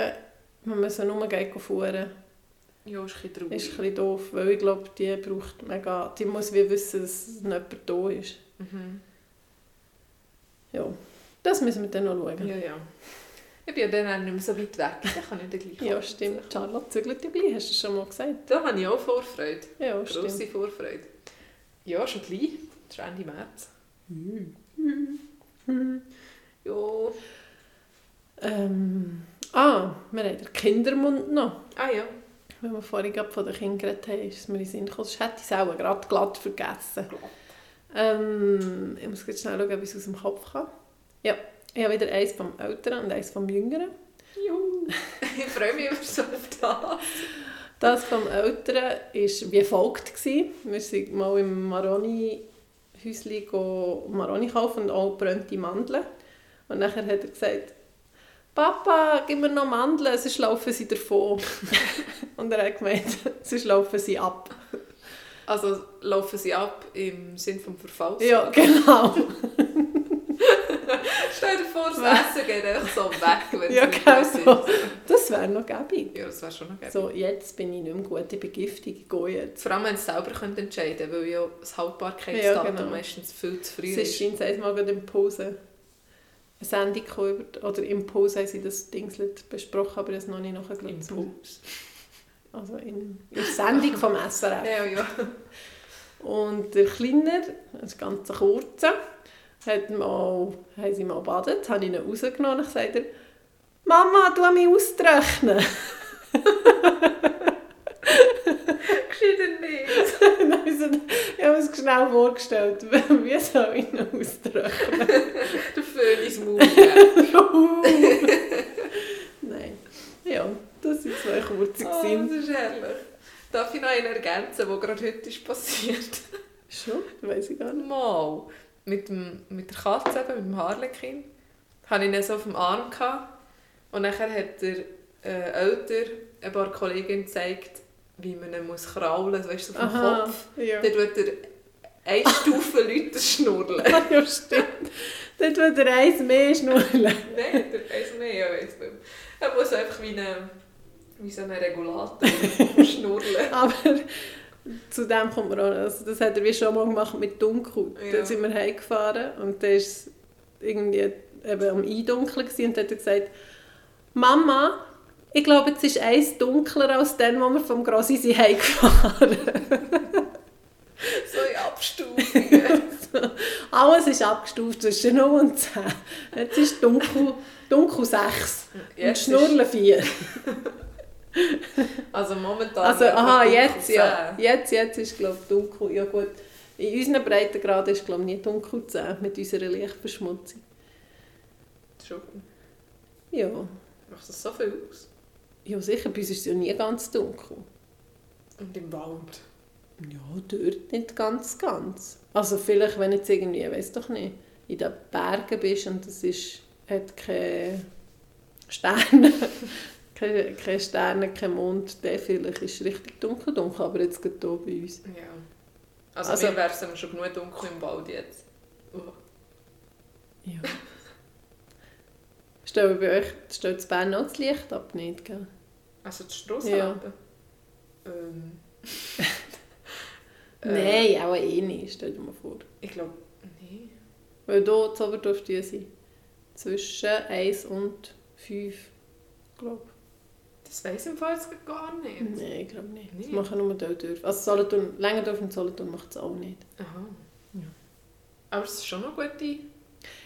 [SPEAKER 2] wenn man so nur geht fahren
[SPEAKER 1] Ja, ist ein bisschen
[SPEAKER 2] ist ein
[SPEAKER 1] traurig.
[SPEAKER 2] bisschen doof, weil ich glaube, die braucht mega, die muss wie wissen, dass jemand da ist.
[SPEAKER 1] Mhm.
[SPEAKER 2] Ja, das müssen wir dann noch schauen.
[SPEAKER 1] Ja, ja. Ich bin ja dann auch nicht mehr so weit weg, dann kann ich dann gleich
[SPEAKER 2] Ja,
[SPEAKER 1] ab und zu
[SPEAKER 2] stimmt.
[SPEAKER 1] kommen.
[SPEAKER 2] Charlotte zügelt ja gleich, hast du schon mal gesagt.
[SPEAKER 1] Da habe ich auch Vorfreude.
[SPEAKER 2] Ja, stimmt.
[SPEAKER 1] Grosse Vorfreude. Ja, schon gleich. Das ist Ende März.
[SPEAKER 2] Mhm.
[SPEAKER 1] Ja.
[SPEAKER 2] Ähm, ah, wir haben den Kindermund noch.
[SPEAKER 1] Ah ja. <laughs>
[SPEAKER 2] Wenn wir vorhin gerade von den Kindern geredet haben, ist es mir in den Sinn gekommen. Das hätte ich es auch gerade glatt vergessen. Ähm, ich muss jetzt schnell schauen, ob ich es aus dem Kopf kann. Ja, ich habe wieder eins vom Älteren und eins vom Jüngeren.
[SPEAKER 1] Juhu. ich freue mich über so da.
[SPEAKER 2] Das vom Älteren war wie folgt. gewesen. Wir sind mal im Maroni-Häuschen go- Maroni kaufen und auch brennte Mandeln. Und nachher hat er gesagt, Papa, gib mir noch Mandeln, sonst laufen sie davon. und er hat gemeint, <laughs> sonst laufen sie ab.
[SPEAKER 1] Also laufen sie ab im Sinn vom Verfalls.
[SPEAKER 2] Ja, genau.
[SPEAKER 1] Stell dir vor, das Essen geht einfach so weg, wenn
[SPEAKER 2] Ja,
[SPEAKER 1] es nicht
[SPEAKER 2] genau
[SPEAKER 1] gut
[SPEAKER 2] so.
[SPEAKER 1] ist.
[SPEAKER 2] Das wäre noch gäbig.
[SPEAKER 1] Ja, das wäre schon noch geil.
[SPEAKER 2] So, jetzt bin ich nicht mehr gut, ich bin giftig, ich gehe jetzt.
[SPEAKER 1] Vor allem, wenn sie selber können entscheiden können, weil ja das
[SPEAKER 2] Ja,
[SPEAKER 1] Haltbarkeitsdatum
[SPEAKER 2] genau.
[SPEAKER 1] meistens viel zu früh
[SPEAKER 2] Es
[SPEAKER 1] ist.
[SPEAKER 2] ist scheint einmal gerade in Pause eine Sendung gekommen über, oder im Pause haben sie das Dingslet besprochen, aber das noch nicht nachgeschaut.
[SPEAKER 1] Impuls.
[SPEAKER 2] Also in, in der Sendung vom SRF.
[SPEAKER 1] Ja, ja.
[SPEAKER 2] Und der Kleiner, das ganz kurze, hat mal, haben sie mal badet, habe ich ihn rausgenommen und gesagt, er, Mama, du mich ausrechnen. <laughs>
[SPEAKER 1] Gescheiter
[SPEAKER 2] Und
[SPEAKER 1] nicht.
[SPEAKER 2] dann habe ich so- ich habe mir das schnell vorgestellt, <laughs> wie soll ich ihn ausrechnen?
[SPEAKER 1] Der
[SPEAKER 2] <laughs>
[SPEAKER 1] Föhn ins Maul. geben. <laughs>
[SPEAKER 2] Nein. Ja, das waren zwei kurze.
[SPEAKER 1] oh,
[SPEAKER 2] gewesen.
[SPEAKER 1] das ist herrlich. Darf ich noch einen ergänzen, der gerade heute ist passiert?
[SPEAKER 2] Schon? Weiß ich gar nicht.
[SPEAKER 1] Mal. Mit, dem, mit der Katze, eben, mit dem Harlekin, hatte ich ihn so auf dem Arm. Gehabt. Und nachher hat der äh, Älter ein paar Kolleginnen gezeigt, wie man ihn muss kraulen muss, weißt du, so auf dem
[SPEAKER 2] Aha,
[SPEAKER 1] Kopf.
[SPEAKER 2] Ja.
[SPEAKER 1] Dann tut er
[SPEAKER 2] <laughs>
[SPEAKER 1] eine Stufe Leute schnurren.
[SPEAKER 2] ja, stimmt. Dort, wo der Eis mehr <laughs> schnurren.
[SPEAKER 1] Nein, der weiß nicht, ich weiß nicht. Er muss einfach wie, eine, wie so ein Regulator <laughs> schnurren.
[SPEAKER 2] Aber zu dem kommt man auch noch. also Das hat er wie schon mal gemacht mit Dunkel.
[SPEAKER 1] Ja.
[SPEAKER 2] Dann sind wir heimgefahren und dann war es irgendwie eben am Eindunkeln gewesen und dann hat er gesagt, Mama, ich glaube, jetzt ist eins dunkler als dann, wo wir vom Grossi sind heimgefahren.
[SPEAKER 1] So in Abstufungen.
[SPEAKER 2] Alles ist abgestuft zwischen 0 und 10. Jetzt ist dunkel, dunkel 6 und
[SPEAKER 1] Jetzt ist,
[SPEAKER 2] Schnurren 4.
[SPEAKER 1] also momentan.
[SPEAKER 2] Also,
[SPEAKER 1] wird man
[SPEAKER 2] aha,
[SPEAKER 1] dunkel
[SPEAKER 2] jetzt, ja.
[SPEAKER 1] sehen.
[SPEAKER 2] Jetzt, jetzt ist, glaube ich, dunkel. Ja, gut. In unseren Breitengraden ist, glaube ich, nie dunkel 10 mit unserer Lichtverschmutzung.
[SPEAKER 1] Schon.
[SPEAKER 2] Ja.
[SPEAKER 1] Macht das so viel aus?
[SPEAKER 2] Ja, sicher, bei uns ist es ja nie ganz dunkel.
[SPEAKER 1] Und im Wald.
[SPEAKER 2] Ja, dort nicht ganz, ganz. Also vielleicht, wenn jetzt irgendwie, weiß doch nicht, in den Bergen bist und es ist, hat keine Sterne, <laughs> keine, keine Sterne, kein Mond, dann vielleicht ist es richtig dunkel, dunkel, aber jetzt geht hier bei uns.
[SPEAKER 1] Ja. Also,
[SPEAKER 2] Also-
[SPEAKER 1] mir wäre es schon genug dunkel im Wald jetzt. Oh.
[SPEAKER 2] Ja. Stellt bei euch, stellt das Bern auch das Licht ab, nicht, gell?
[SPEAKER 1] Also die Strasse
[SPEAKER 2] Ja.
[SPEAKER 1] Ähm. Äh,
[SPEAKER 2] <laughs> Nein, auch eh nicht, stell dir mal vor.
[SPEAKER 1] ich glaube, nee.
[SPEAKER 2] Weil hier zu Oberdorf die sind zwischen 1 und 5, glaube
[SPEAKER 1] Das weiß im Fall jetzt gar
[SPEAKER 2] ich.
[SPEAKER 1] nicht.
[SPEAKER 2] Nein, ich glaube nicht. Das
[SPEAKER 1] Nicht?
[SPEAKER 2] machen nur die Dörf. Also Solothurn, Längendorf und Solothurn macht es auch nicht.
[SPEAKER 1] Aha.
[SPEAKER 2] Ja.
[SPEAKER 1] Aber es ist schon noch gute.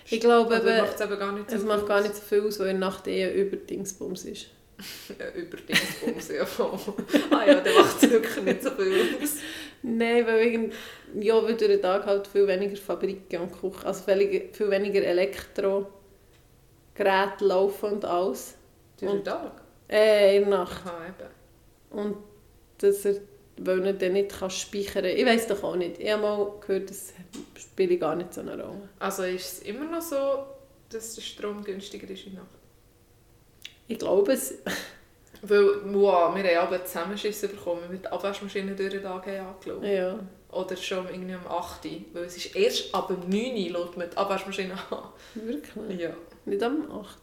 [SPEAKER 2] Ich glaube
[SPEAKER 1] Oder
[SPEAKER 2] eben,
[SPEAKER 1] macht es eben gar nicht so
[SPEAKER 2] es macht
[SPEAKER 1] viel
[SPEAKER 2] gar
[SPEAKER 1] aus?
[SPEAKER 2] nicht so viel aus, weil in der Nacht eher über Dingsbums ist.
[SPEAKER 1] Äh, über Dingsbums, ja voll. <laughs> Ah ja, dann macht es wirklich nicht so viel aus.
[SPEAKER 2] Nein, weil, irgend, ja, weil durch den Tag halt viel weniger Fabriken und Küchen, also viel, viel weniger Elektrogeräte laufen und alles.
[SPEAKER 1] Durch den
[SPEAKER 2] Und-
[SPEAKER 1] Tag?
[SPEAKER 2] Äh, in der Nacht.
[SPEAKER 1] Aha, eben.
[SPEAKER 2] Und dass er, weil er dann nicht kann speichern kann. Ich weiß doch auch nicht. Ich habe mal gehört, das spiele gar nicht so eine Rolle.
[SPEAKER 1] Also ist es immer noch so, dass der Strom günstiger ist in der Nacht?
[SPEAKER 2] Ich glaube es.
[SPEAKER 1] Weil, wow, wir haben aber Zusammenschissen bekommen, wenn wir die Abwaschmaschine durch den Tag haben angeschaut.
[SPEAKER 2] Ja.
[SPEAKER 1] Oder schon irgendwie um 8 Uhr. Weil es ist erst ab dem 9 Uhr lädt man die Abwaschmaschine an.
[SPEAKER 2] Wirklich.
[SPEAKER 1] Ja.
[SPEAKER 2] Nicht am 8.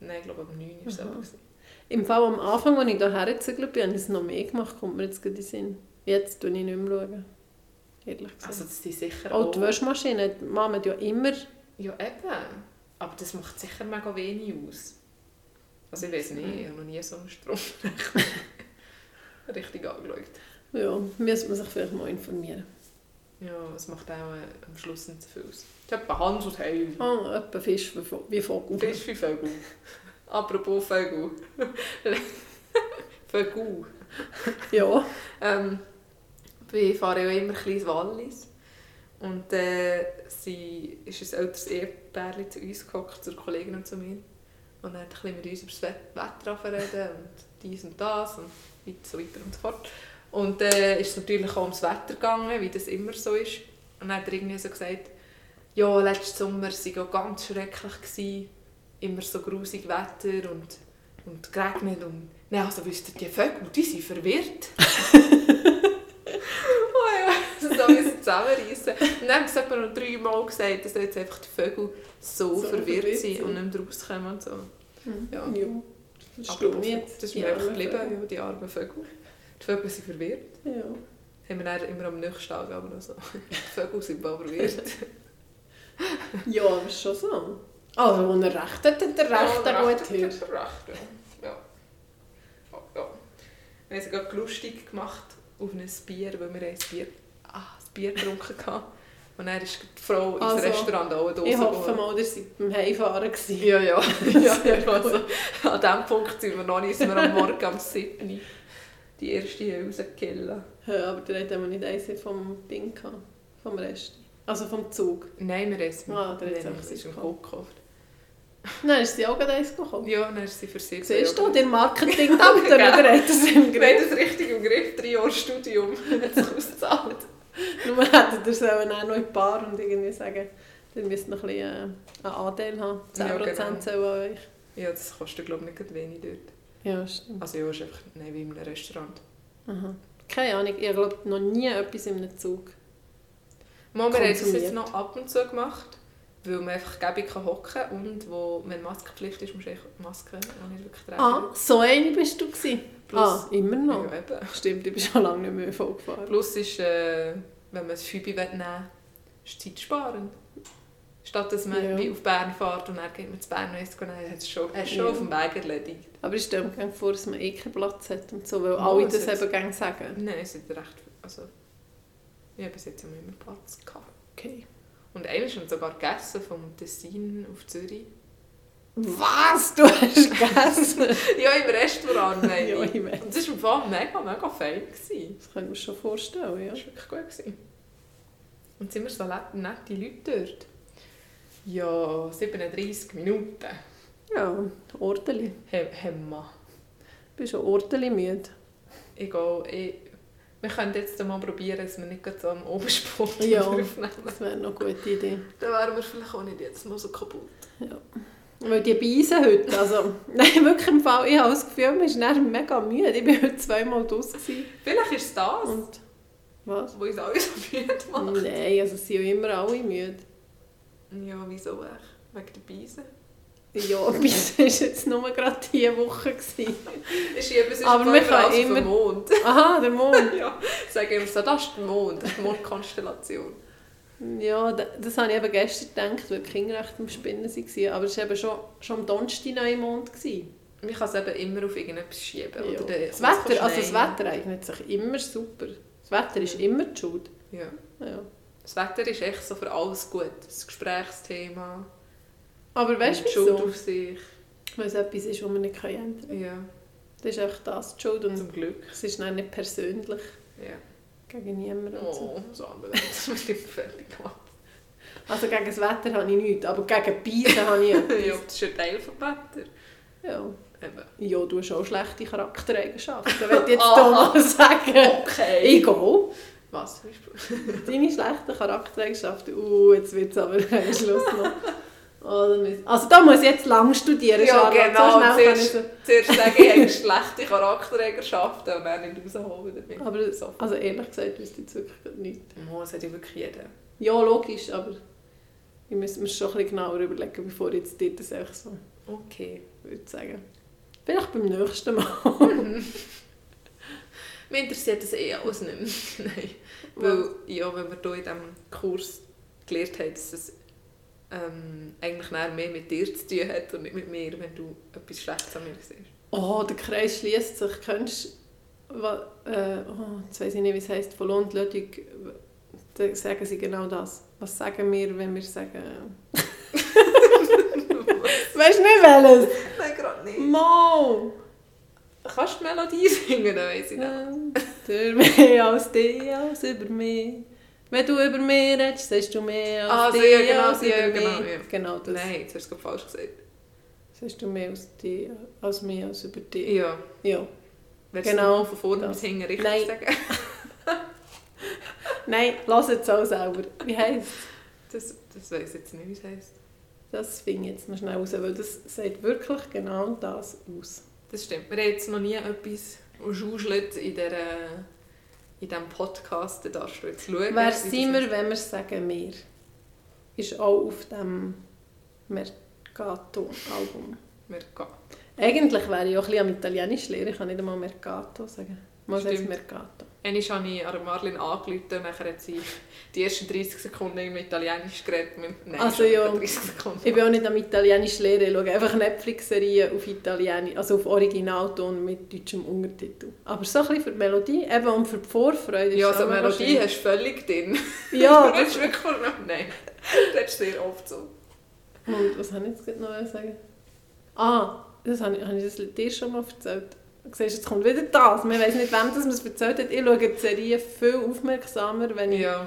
[SPEAKER 1] Nein, ich glaube ab 9 Uhr war es
[SPEAKER 2] Aha.
[SPEAKER 1] aber. gewesen.
[SPEAKER 2] Im Fall am Anfang, als ich hierher gezügelt bin, habe ich es noch mehr gemacht, kommt mir jetzt gerade in den Sinn. Jetzt schaue ich nicht mehr. Schauen. Ehrlich gesagt.
[SPEAKER 1] Also das sind sicher
[SPEAKER 2] auch die Waschmaschine, die Mama hat ja immer...
[SPEAKER 1] Ja, eben. Aber das macht sicher mega wenig aus. Also ich weiß nicht, ich habe noch nie so einen Strom <laughs> richtig angeschaut.
[SPEAKER 2] Ja, müsste man sich vielleicht mal informieren.
[SPEAKER 1] Ja, es macht auch äh, am Schluss nicht so viel aus. Ich habe Hand und Heil.
[SPEAKER 2] Ah, etwa Fisch wie Vo- wie Vogel.
[SPEAKER 1] Fisch wie Vögel. Apropos Vögel. Vögel.
[SPEAKER 2] <laughs> Ja.
[SPEAKER 1] Ähm, wir fahren ja immer ein bisschen ins Wallis. Und dann sie, ist ein älteres Ehepärchen zu uns gehockt, zur Kollegin und zu mir. Und dann hat ein bisschen mit uns über das We- Wetter reden und dies und das und weit- so weiter und so fort. Und dann ist es natürlich auch ums Wetter gegangen, wie das immer so ist. Und dann hat er irgendwie so gesagt, ja, letzten Sommer war auch ganz schrecklich. Gewesen. Immer so grusig Wetter und, und geregnet. Und dann, also wisst ihr, die Vögel, die sind
[SPEAKER 2] <laughs>
[SPEAKER 1] verwirrt. oh ja, so ist es zusammenreissen. Und dann hat man noch dreimal gesagt, dass jetzt einfach die Vögel so,
[SPEAKER 2] So
[SPEAKER 1] verwirrt,
[SPEAKER 2] verwirrt
[SPEAKER 1] sind
[SPEAKER 2] sind.
[SPEAKER 1] und nicht mehr rauskommen. Und so. Ja.
[SPEAKER 2] Ja. Das
[SPEAKER 1] Aber
[SPEAKER 2] stimmt.
[SPEAKER 1] Das ist mir
[SPEAKER 2] Ja,
[SPEAKER 1] einfach
[SPEAKER 2] aber-
[SPEAKER 1] geblieben, ja, die armen Vögel. Die Vögel sind verwirrt.
[SPEAKER 2] Ja.
[SPEAKER 1] Das haben wir dann immer am nächsten Tag aber noch so. <laughs> Die Vögel sind mal verwirrt.
[SPEAKER 2] ja, aber ist schon so. Also, wenn er recht hat, hat er recht, <laughs> der gute Hirsch.
[SPEAKER 1] Recht, ja. Ja. ja. Wir haben sogar lustig gemacht auf ein Bier, weil wir haben ein Bier, ah, ein Bier getrunken <laughs> haben. Und dann ist die Frau ins
[SPEAKER 2] Also,
[SPEAKER 1] Restaurant auch eine Dose
[SPEAKER 2] Ich hoffe
[SPEAKER 1] geholt.
[SPEAKER 2] mal, ihr seid beim Heimfahren gewesen. <laughs>
[SPEAKER 1] Ja, ja. ja,
[SPEAKER 2] Sehr
[SPEAKER 1] ja also, an diesem Punkt sind wir noch nicht, sind wir am Morgen am 7. Uhr die erste rausgekillt.
[SPEAKER 2] Ja, aber der hat aber nicht eins vom Ding gehabt, vom Rest. Also vom Zug.
[SPEAKER 1] Nein, wir essen.
[SPEAKER 2] Ah, der hat
[SPEAKER 1] Nein,
[SPEAKER 2] es einfach
[SPEAKER 1] es ist
[SPEAKER 2] so
[SPEAKER 1] im Kopf gekauft.
[SPEAKER 2] Nein, ist sie auch gerade eins gekommen.
[SPEAKER 1] Ja, dann ist sie versichert.
[SPEAKER 2] Siehst du, der marketing
[SPEAKER 1] <laughs>
[SPEAKER 2] da
[SPEAKER 1] Gell?
[SPEAKER 2] der hat es im
[SPEAKER 1] Wir haben
[SPEAKER 2] Griff.
[SPEAKER 1] das richtig im Griff, drei Jahre Studium, hat <laughs> sich ausgezahlt.
[SPEAKER 2] Nur hätte er sollen auch noch in die Bar und irgendwie sagen, ihr müsst noch ein bisschen äh, einen Anteil haben. 10%
[SPEAKER 1] Ja, genau.
[SPEAKER 2] sollen an euch.
[SPEAKER 1] Ja, das kostet glaube ich nicht wenig dort.
[SPEAKER 2] Ja, stimmt.
[SPEAKER 1] Also ja, ist einfach nicht wie in einem Restaurant.
[SPEAKER 2] Aha. Keine Ahnung, ich glaube noch nie etwas in einem Zug.
[SPEAKER 1] Mal, wir haben das
[SPEAKER 2] Konsumiert.
[SPEAKER 1] jetzt noch ab und zu gemacht, weil man einfach gäbig kann hocken und wo, wenn Maskenpflicht ist, musst du eigentlich die Maske auch nicht wirklich tragen.
[SPEAKER 2] Ah, so eine bist du gewesen.
[SPEAKER 1] Plus-
[SPEAKER 2] ah, immer noch.
[SPEAKER 1] Ja, eben.
[SPEAKER 2] Stimmt, ich bin schon lange nicht mehr voll gefahren.
[SPEAKER 1] Plus ist, äh, wenn man ein Fübi nehmen will, ist Zeit sparen. Statt dass man
[SPEAKER 2] Ja.
[SPEAKER 1] wie auf Bern fährt und dann geht man zu Bern und isst, dann hat es schon, hast du schon
[SPEAKER 2] Ja.
[SPEAKER 1] auf dem Weg erledigt.
[SPEAKER 2] Aber ich stelle mir gerne vor, dass man eh keinen Platz hat und so, weil
[SPEAKER 1] Ja,
[SPEAKER 2] alle
[SPEAKER 1] es
[SPEAKER 2] das
[SPEAKER 1] hat-
[SPEAKER 2] eben gerne sagen.
[SPEAKER 1] Nein, es sind recht... Also, ich habe bis jetzt immer immer Platz gehabt.
[SPEAKER 2] Okay.
[SPEAKER 1] Und einmal haben wir sogar gegessen vom Tessin auf Zürich. <laughs>
[SPEAKER 2] Was? Du hast gegessen? <laughs>
[SPEAKER 1] ja, im Restaurant, meine
[SPEAKER 2] ja,
[SPEAKER 1] ich.
[SPEAKER 2] ich meine,
[SPEAKER 1] Und das war im Fall mega, mega fein. gewesen.
[SPEAKER 2] das können wir schon vorstellen, ja.
[SPEAKER 1] Das war wirklich gut. Gewesen. Und sind wir so le- nette Leute dort? Ja, 37 Minuten.
[SPEAKER 2] Ja, Ordeli.
[SPEAKER 1] He- Haben wir.
[SPEAKER 2] Bist du Ordeli müde?
[SPEAKER 1] Egal, ich, wir können jetzt mal probieren, dass wir nicht gerade so am Obersport
[SPEAKER 2] Ja.
[SPEAKER 1] <laughs> aufnehmen.
[SPEAKER 2] Das wäre noch eine gute Idee.
[SPEAKER 1] Dann wären wir vielleicht auch nicht jetzt mal so kaputt.
[SPEAKER 2] Weil die beißen heute, <laughs> also... Nein, wirklich im Fall, ich habe das Gefühl, man ist dann mega müde. Ich war heute zweimal draußen. gewesen
[SPEAKER 1] Vielleicht ist es das,
[SPEAKER 2] Und... Was?
[SPEAKER 1] was uns alle so müde macht.
[SPEAKER 2] Nein, also sie sind ja immer alle müde.
[SPEAKER 1] Ja, wieso echt? Wegen der Beise.
[SPEAKER 2] Ja, <laughs> bis ist jetzt nur gerade diese Woche. Gewesen.
[SPEAKER 1] Ist eben, es ist
[SPEAKER 2] Aber
[SPEAKER 1] im
[SPEAKER 2] wir
[SPEAKER 1] Fall
[SPEAKER 2] können immer-
[SPEAKER 1] überall so vom Mond. <laughs>
[SPEAKER 2] Aha, der Mond.
[SPEAKER 1] ja, sagen immer so, das ist der Mond, das ist die Mondkonstellation.
[SPEAKER 2] Ja, d- das habe ich eben gestern gedacht, weil die Kinder recht am Spinnen waren. Aber es war eben schon, schon am Donnerstag noch im Mond. gewesen.
[SPEAKER 1] Man kann es eben immer auf irgendetwas schieben.
[SPEAKER 2] Ja.
[SPEAKER 1] Oder der-
[SPEAKER 2] Das Wetter, also das
[SPEAKER 1] Schnee.
[SPEAKER 2] Wetter eignet sich immer super. Das Wetter ist immer die Schuld.
[SPEAKER 1] Ja.
[SPEAKER 2] Ja.
[SPEAKER 1] Das Wetter ist echt so für alles gut. Das Gesprächsthema,
[SPEAKER 2] Aber weißt
[SPEAKER 1] die
[SPEAKER 2] du
[SPEAKER 1] Schuld
[SPEAKER 2] wieso?
[SPEAKER 1] auf sich.
[SPEAKER 2] Weil es etwas ist, was wir nicht ändern können.
[SPEAKER 1] Ja,
[SPEAKER 2] Das ist echt das die Schuld und
[SPEAKER 1] zum Glück.
[SPEAKER 2] es ist dann nicht persönlich
[SPEAKER 1] Ja.
[SPEAKER 2] gegen niemanden. und So.
[SPEAKER 1] Oh, so anbelangt, das wird ihm fertig <laughs> gemacht.
[SPEAKER 2] Also gegen das Wetter habe ich nichts, aber gegen Beisen habe
[SPEAKER 1] <laughs>
[SPEAKER 2] ich
[SPEAKER 1] ja,
[SPEAKER 2] etwas.
[SPEAKER 1] das ist ein Teil vom Wetter.
[SPEAKER 2] ja.
[SPEAKER 1] Eben.
[SPEAKER 2] ja, du hast auch schlechte Charaktereigenschaften, würde ich
[SPEAKER 1] <laughs>
[SPEAKER 2] jetzt hier
[SPEAKER 1] Aha.
[SPEAKER 2] mal sagen.
[SPEAKER 1] Okay.
[SPEAKER 2] Egal.
[SPEAKER 1] Was zum Beispiel?
[SPEAKER 2] Deine schlechten Charaktereigenschaften. Uh, jetzt wird es aber <laughs> am Schluss noch. Oh, dann müssen- also da muss ich jetzt lang studieren,
[SPEAKER 1] Ja,
[SPEAKER 2] Charlotte.
[SPEAKER 1] genau.
[SPEAKER 2] So schnell kann ich
[SPEAKER 1] Zuerst,
[SPEAKER 2] so.
[SPEAKER 1] zuerst sagen, ich habe schlechte Charaktereigenschaften und dann nicht rausholen damit.
[SPEAKER 2] Aber das- also ehrlich gesagt wüsste ich jetzt wirklich gerade nicht.
[SPEAKER 1] Oh, das hat ja wirklich jeder.
[SPEAKER 2] Ja, logisch, aber ich müsste mir schon ein bisschen genauer überlegen, bevor ich jetzt dir das einfach so
[SPEAKER 1] Okay.
[SPEAKER 2] würde sagen. Vielleicht beim nächsten Mal.
[SPEAKER 1] <laughs> Mich interessiert das eh alles nicht mehr. <laughs> Nein. Weil, ja, wenn wir hier in diesem Kurs gelernt haben, dass es ähm, eigentlich nachher mehr mit dir zu tun hat und nicht mit mir, wenn du etwas Schlechtes an mir <laughs> siehst.
[SPEAKER 2] Oh, der Kreis schließt sich. Kennst du, wa- äh, oh, jetzt weiß ich nicht, wie es heisst, von Lohn und Ludwig, da sagen sie genau das. Was sagen wir, wenn wir sagen... Weißt du nicht welches?
[SPEAKER 1] Nein, gerade nicht.
[SPEAKER 2] Mo!
[SPEAKER 1] Kannst du die
[SPEAKER 2] Äh.
[SPEAKER 1] Melodie singen? Dann weiss ich nicht.
[SPEAKER 2] Für mich als dich, als über mich. Wenn du über mich redest, sagst du mehr als
[SPEAKER 1] Ah, so,
[SPEAKER 2] die
[SPEAKER 1] ja, genau,
[SPEAKER 2] als
[SPEAKER 1] ja,
[SPEAKER 2] über
[SPEAKER 1] genau,
[SPEAKER 2] mich.
[SPEAKER 1] ja.
[SPEAKER 2] Genau das.
[SPEAKER 1] Nein, jetzt hast du es falsch gesagt.
[SPEAKER 2] Sagst du mehr als, die, als mich als über dich.
[SPEAKER 1] Ja.
[SPEAKER 2] Ja.
[SPEAKER 1] Willst
[SPEAKER 2] Genau,
[SPEAKER 1] du von vorne
[SPEAKER 2] das.
[SPEAKER 1] bis hinten richtig
[SPEAKER 2] Nein.
[SPEAKER 1] sagen?
[SPEAKER 2] Nein, lass es auch selber. Wie heisst es?
[SPEAKER 1] Das, das weiss ich jetzt nicht, wie es heisst.
[SPEAKER 2] Das finde ich jetzt noch schnell raus, weil das sagt wirklich genau das aus.
[SPEAKER 1] Das stimmt. Wir haben jetzt noch nie etwas geschauschelt in, dieser, in diesem Podcast. Da darfst du jetzt schauen.
[SPEAKER 2] Wer
[SPEAKER 1] wie
[SPEAKER 2] sind
[SPEAKER 1] das
[SPEAKER 2] wir, wenn wir sagen wir? Ist auch auf dem Mercato-Album.
[SPEAKER 1] Wir gehen.
[SPEAKER 2] Eigentlich wäre ich auch ein bisschen am Italienisch lehren, ich kann nicht einmal Mercato sagen. Man sagt
[SPEAKER 1] Stimmt.
[SPEAKER 2] Mercato.
[SPEAKER 1] Einmal habe ich an Marlin angerufen und nachher hat sie die ersten 30 Sekunden irgendwie Italienisch geredet. Mit, nein,
[SPEAKER 2] Also
[SPEAKER 1] schon
[SPEAKER 2] ja.
[SPEAKER 1] etwa 30 Sekunden.
[SPEAKER 2] Ich bin auch nicht am Italienisch lehren, ich schaue einfach Netflix-Serien auf Italienisch, also auf Originalton mit deutschem Untertitel. Aber so ein bisschen für die Melodie, eben und für die Vorfreude. ist
[SPEAKER 1] ja,
[SPEAKER 2] es
[SPEAKER 1] also
[SPEAKER 2] auch
[SPEAKER 1] Melodie
[SPEAKER 2] wahrscheinlich-
[SPEAKER 1] hast du völlig drin. <laughs>
[SPEAKER 2] Ja,
[SPEAKER 1] du bist wirklich noch... Nein, das ist sehr oft so.
[SPEAKER 2] Und was habe ich jetzt gerade noch sagen? Ah, das habe ich, habe ich das dir schon mal erzählt. Du siehst, jetzt kommt wieder das. Man weiß nicht, wem das man es erzählt hat. Ich schaue die Serie viel aufmerksamer, wenn ich,
[SPEAKER 1] Ja,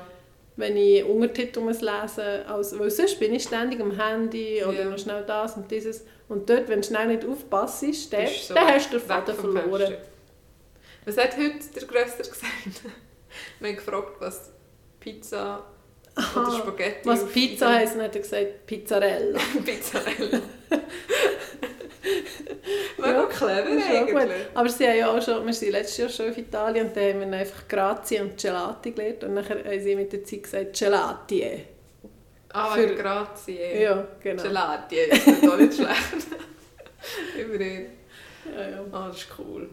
[SPEAKER 2] wenn ich Untertitel muss lesen muss. Weil sonst bin ich ständig am Handy oder
[SPEAKER 1] Ja.
[SPEAKER 2] noch schnell das und dieses. Und dort, wenn du schnell nicht aufpasst, dann,
[SPEAKER 1] Bist so
[SPEAKER 2] dann hast du den
[SPEAKER 1] weg
[SPEAKER 2] Faden
[SPEAKER 1] vom
[SPEAKER 2] verloren.
[SPEAKER 1] Fenster. Was hat heute der Grösser gesagt? <laughs> Wir haben gefragt, was Pizza
[SPEAKER 2] Aha.
[SPEAKER 1] oder Spaghetti...
[SPEAKER 2] Ah, Was
[SPEAKER 1] auf-
[SPEAKER 2] Pizza heisst, dann hat er gesagt Pizzarella.
[SPEAKER 1] <laughs> Pizzarella.
[SPEAKER 2] <laughs>
[SPEAKER 1] War
[SPEAKER 2] Ja,
[SPEAKER 1] ja, clever
[SPEAKER 2] das ist auch gut.
[SPEAKER 1] eigentlich.
[SPEAKER 2] Aber sie haben ja auch schon, wir waren letztes Jahr schon auf Italien und da haben wir dann einfach Grazie und Gelati gelernt und nachher haben sie mit der Zeit gesagt Gelatie.
[SPEAKER 1] Ah,
[SPEAKER 2] Für-
[SPEAKER 1] Für, grazie.
[SPEAKER 2] Ja, genau.
[SPEAKER 1] Gelati, das ist doch nicht schlecht. <laughs> Immerhin.
[SPEAKER 2] Ja, ja.
[SPEAKER 1] Ah, das ist cool.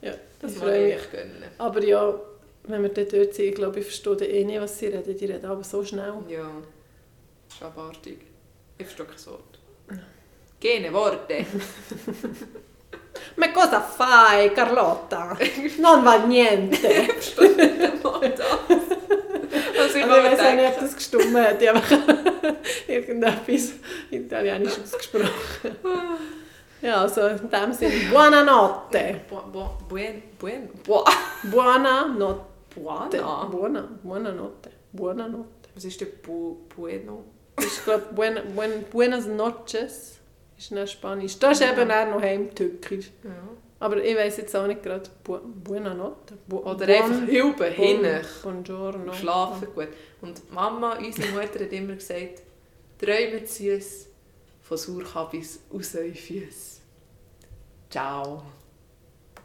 [SPEAKER 2] Ja,
[SPEAKER 1] Das
[SPEAKER 2] ich
[SPEAKER 1] mag
[SPEAKER 2] freue mich.
[SPEAKER 1] ich echt gönnen.
[SPEAKER 2] Aber ja, wenn wir dann dort sind, ich glaube, ich verstehe dann eh nicht, was sie reden. Die reden aber so schnell.
[SPEAKER 1] Ja, das ist abartig. Ich verstehe kein Wort. Keine Worte.
[SPEAKER 2] Ma cosa fai, Carlotta? Non va
[SPEAKER 1] <laughs>
[SPEAKER 2] niente.
[SPEAKER 1] Ich verstehe nicht den Mond aus. Also
[SPEAKER 2] Also
[SPEAKER 1] ich
[SPEAKER 2] ich weiß auch nicht,
[SPEAKER 1] denke,
[SPEAKER 2] ob das gestummt hat. Ich habe <laughs> einfach irgendetwas Italienisch ausgesprochen. Ja, also in dem Sinne, buonanotte.
[SPEAKER 1] bu bu buen, buen.
[SPEAKER 2] Buona notte.
[SPEAKER 1] Buona?
[SPEAKER 2] Buona, buona notte. Buona notte.
[SPEAKER 1] Was ist denn bu bueno?
[SPEAKER 2] Ich glaube, buen, buen, buenas noches ist noch Spanisch. Das ist eben auch noch heimtückisch.
[SPEAKER 1] Ja.
[SPEAKER 2] Aber ich weiss jetzt auch nicht gerade, bu, buena notte. Bu,
[SPEAKER 1] Oder
[SPEAKER 2] buon-
[SPEAKER 1] einfach Hilfe,
[SPEAKER 2] buon-
[SPEAKER 1] hinein.
[SPEAKER 2] Buongiorno.
[SPEAKER 1] Schlafen gut. Und Mama, unsere Mutter, hat immer gesagt, träumen süß von Sauerkabis aus euren Füßen. Ciao.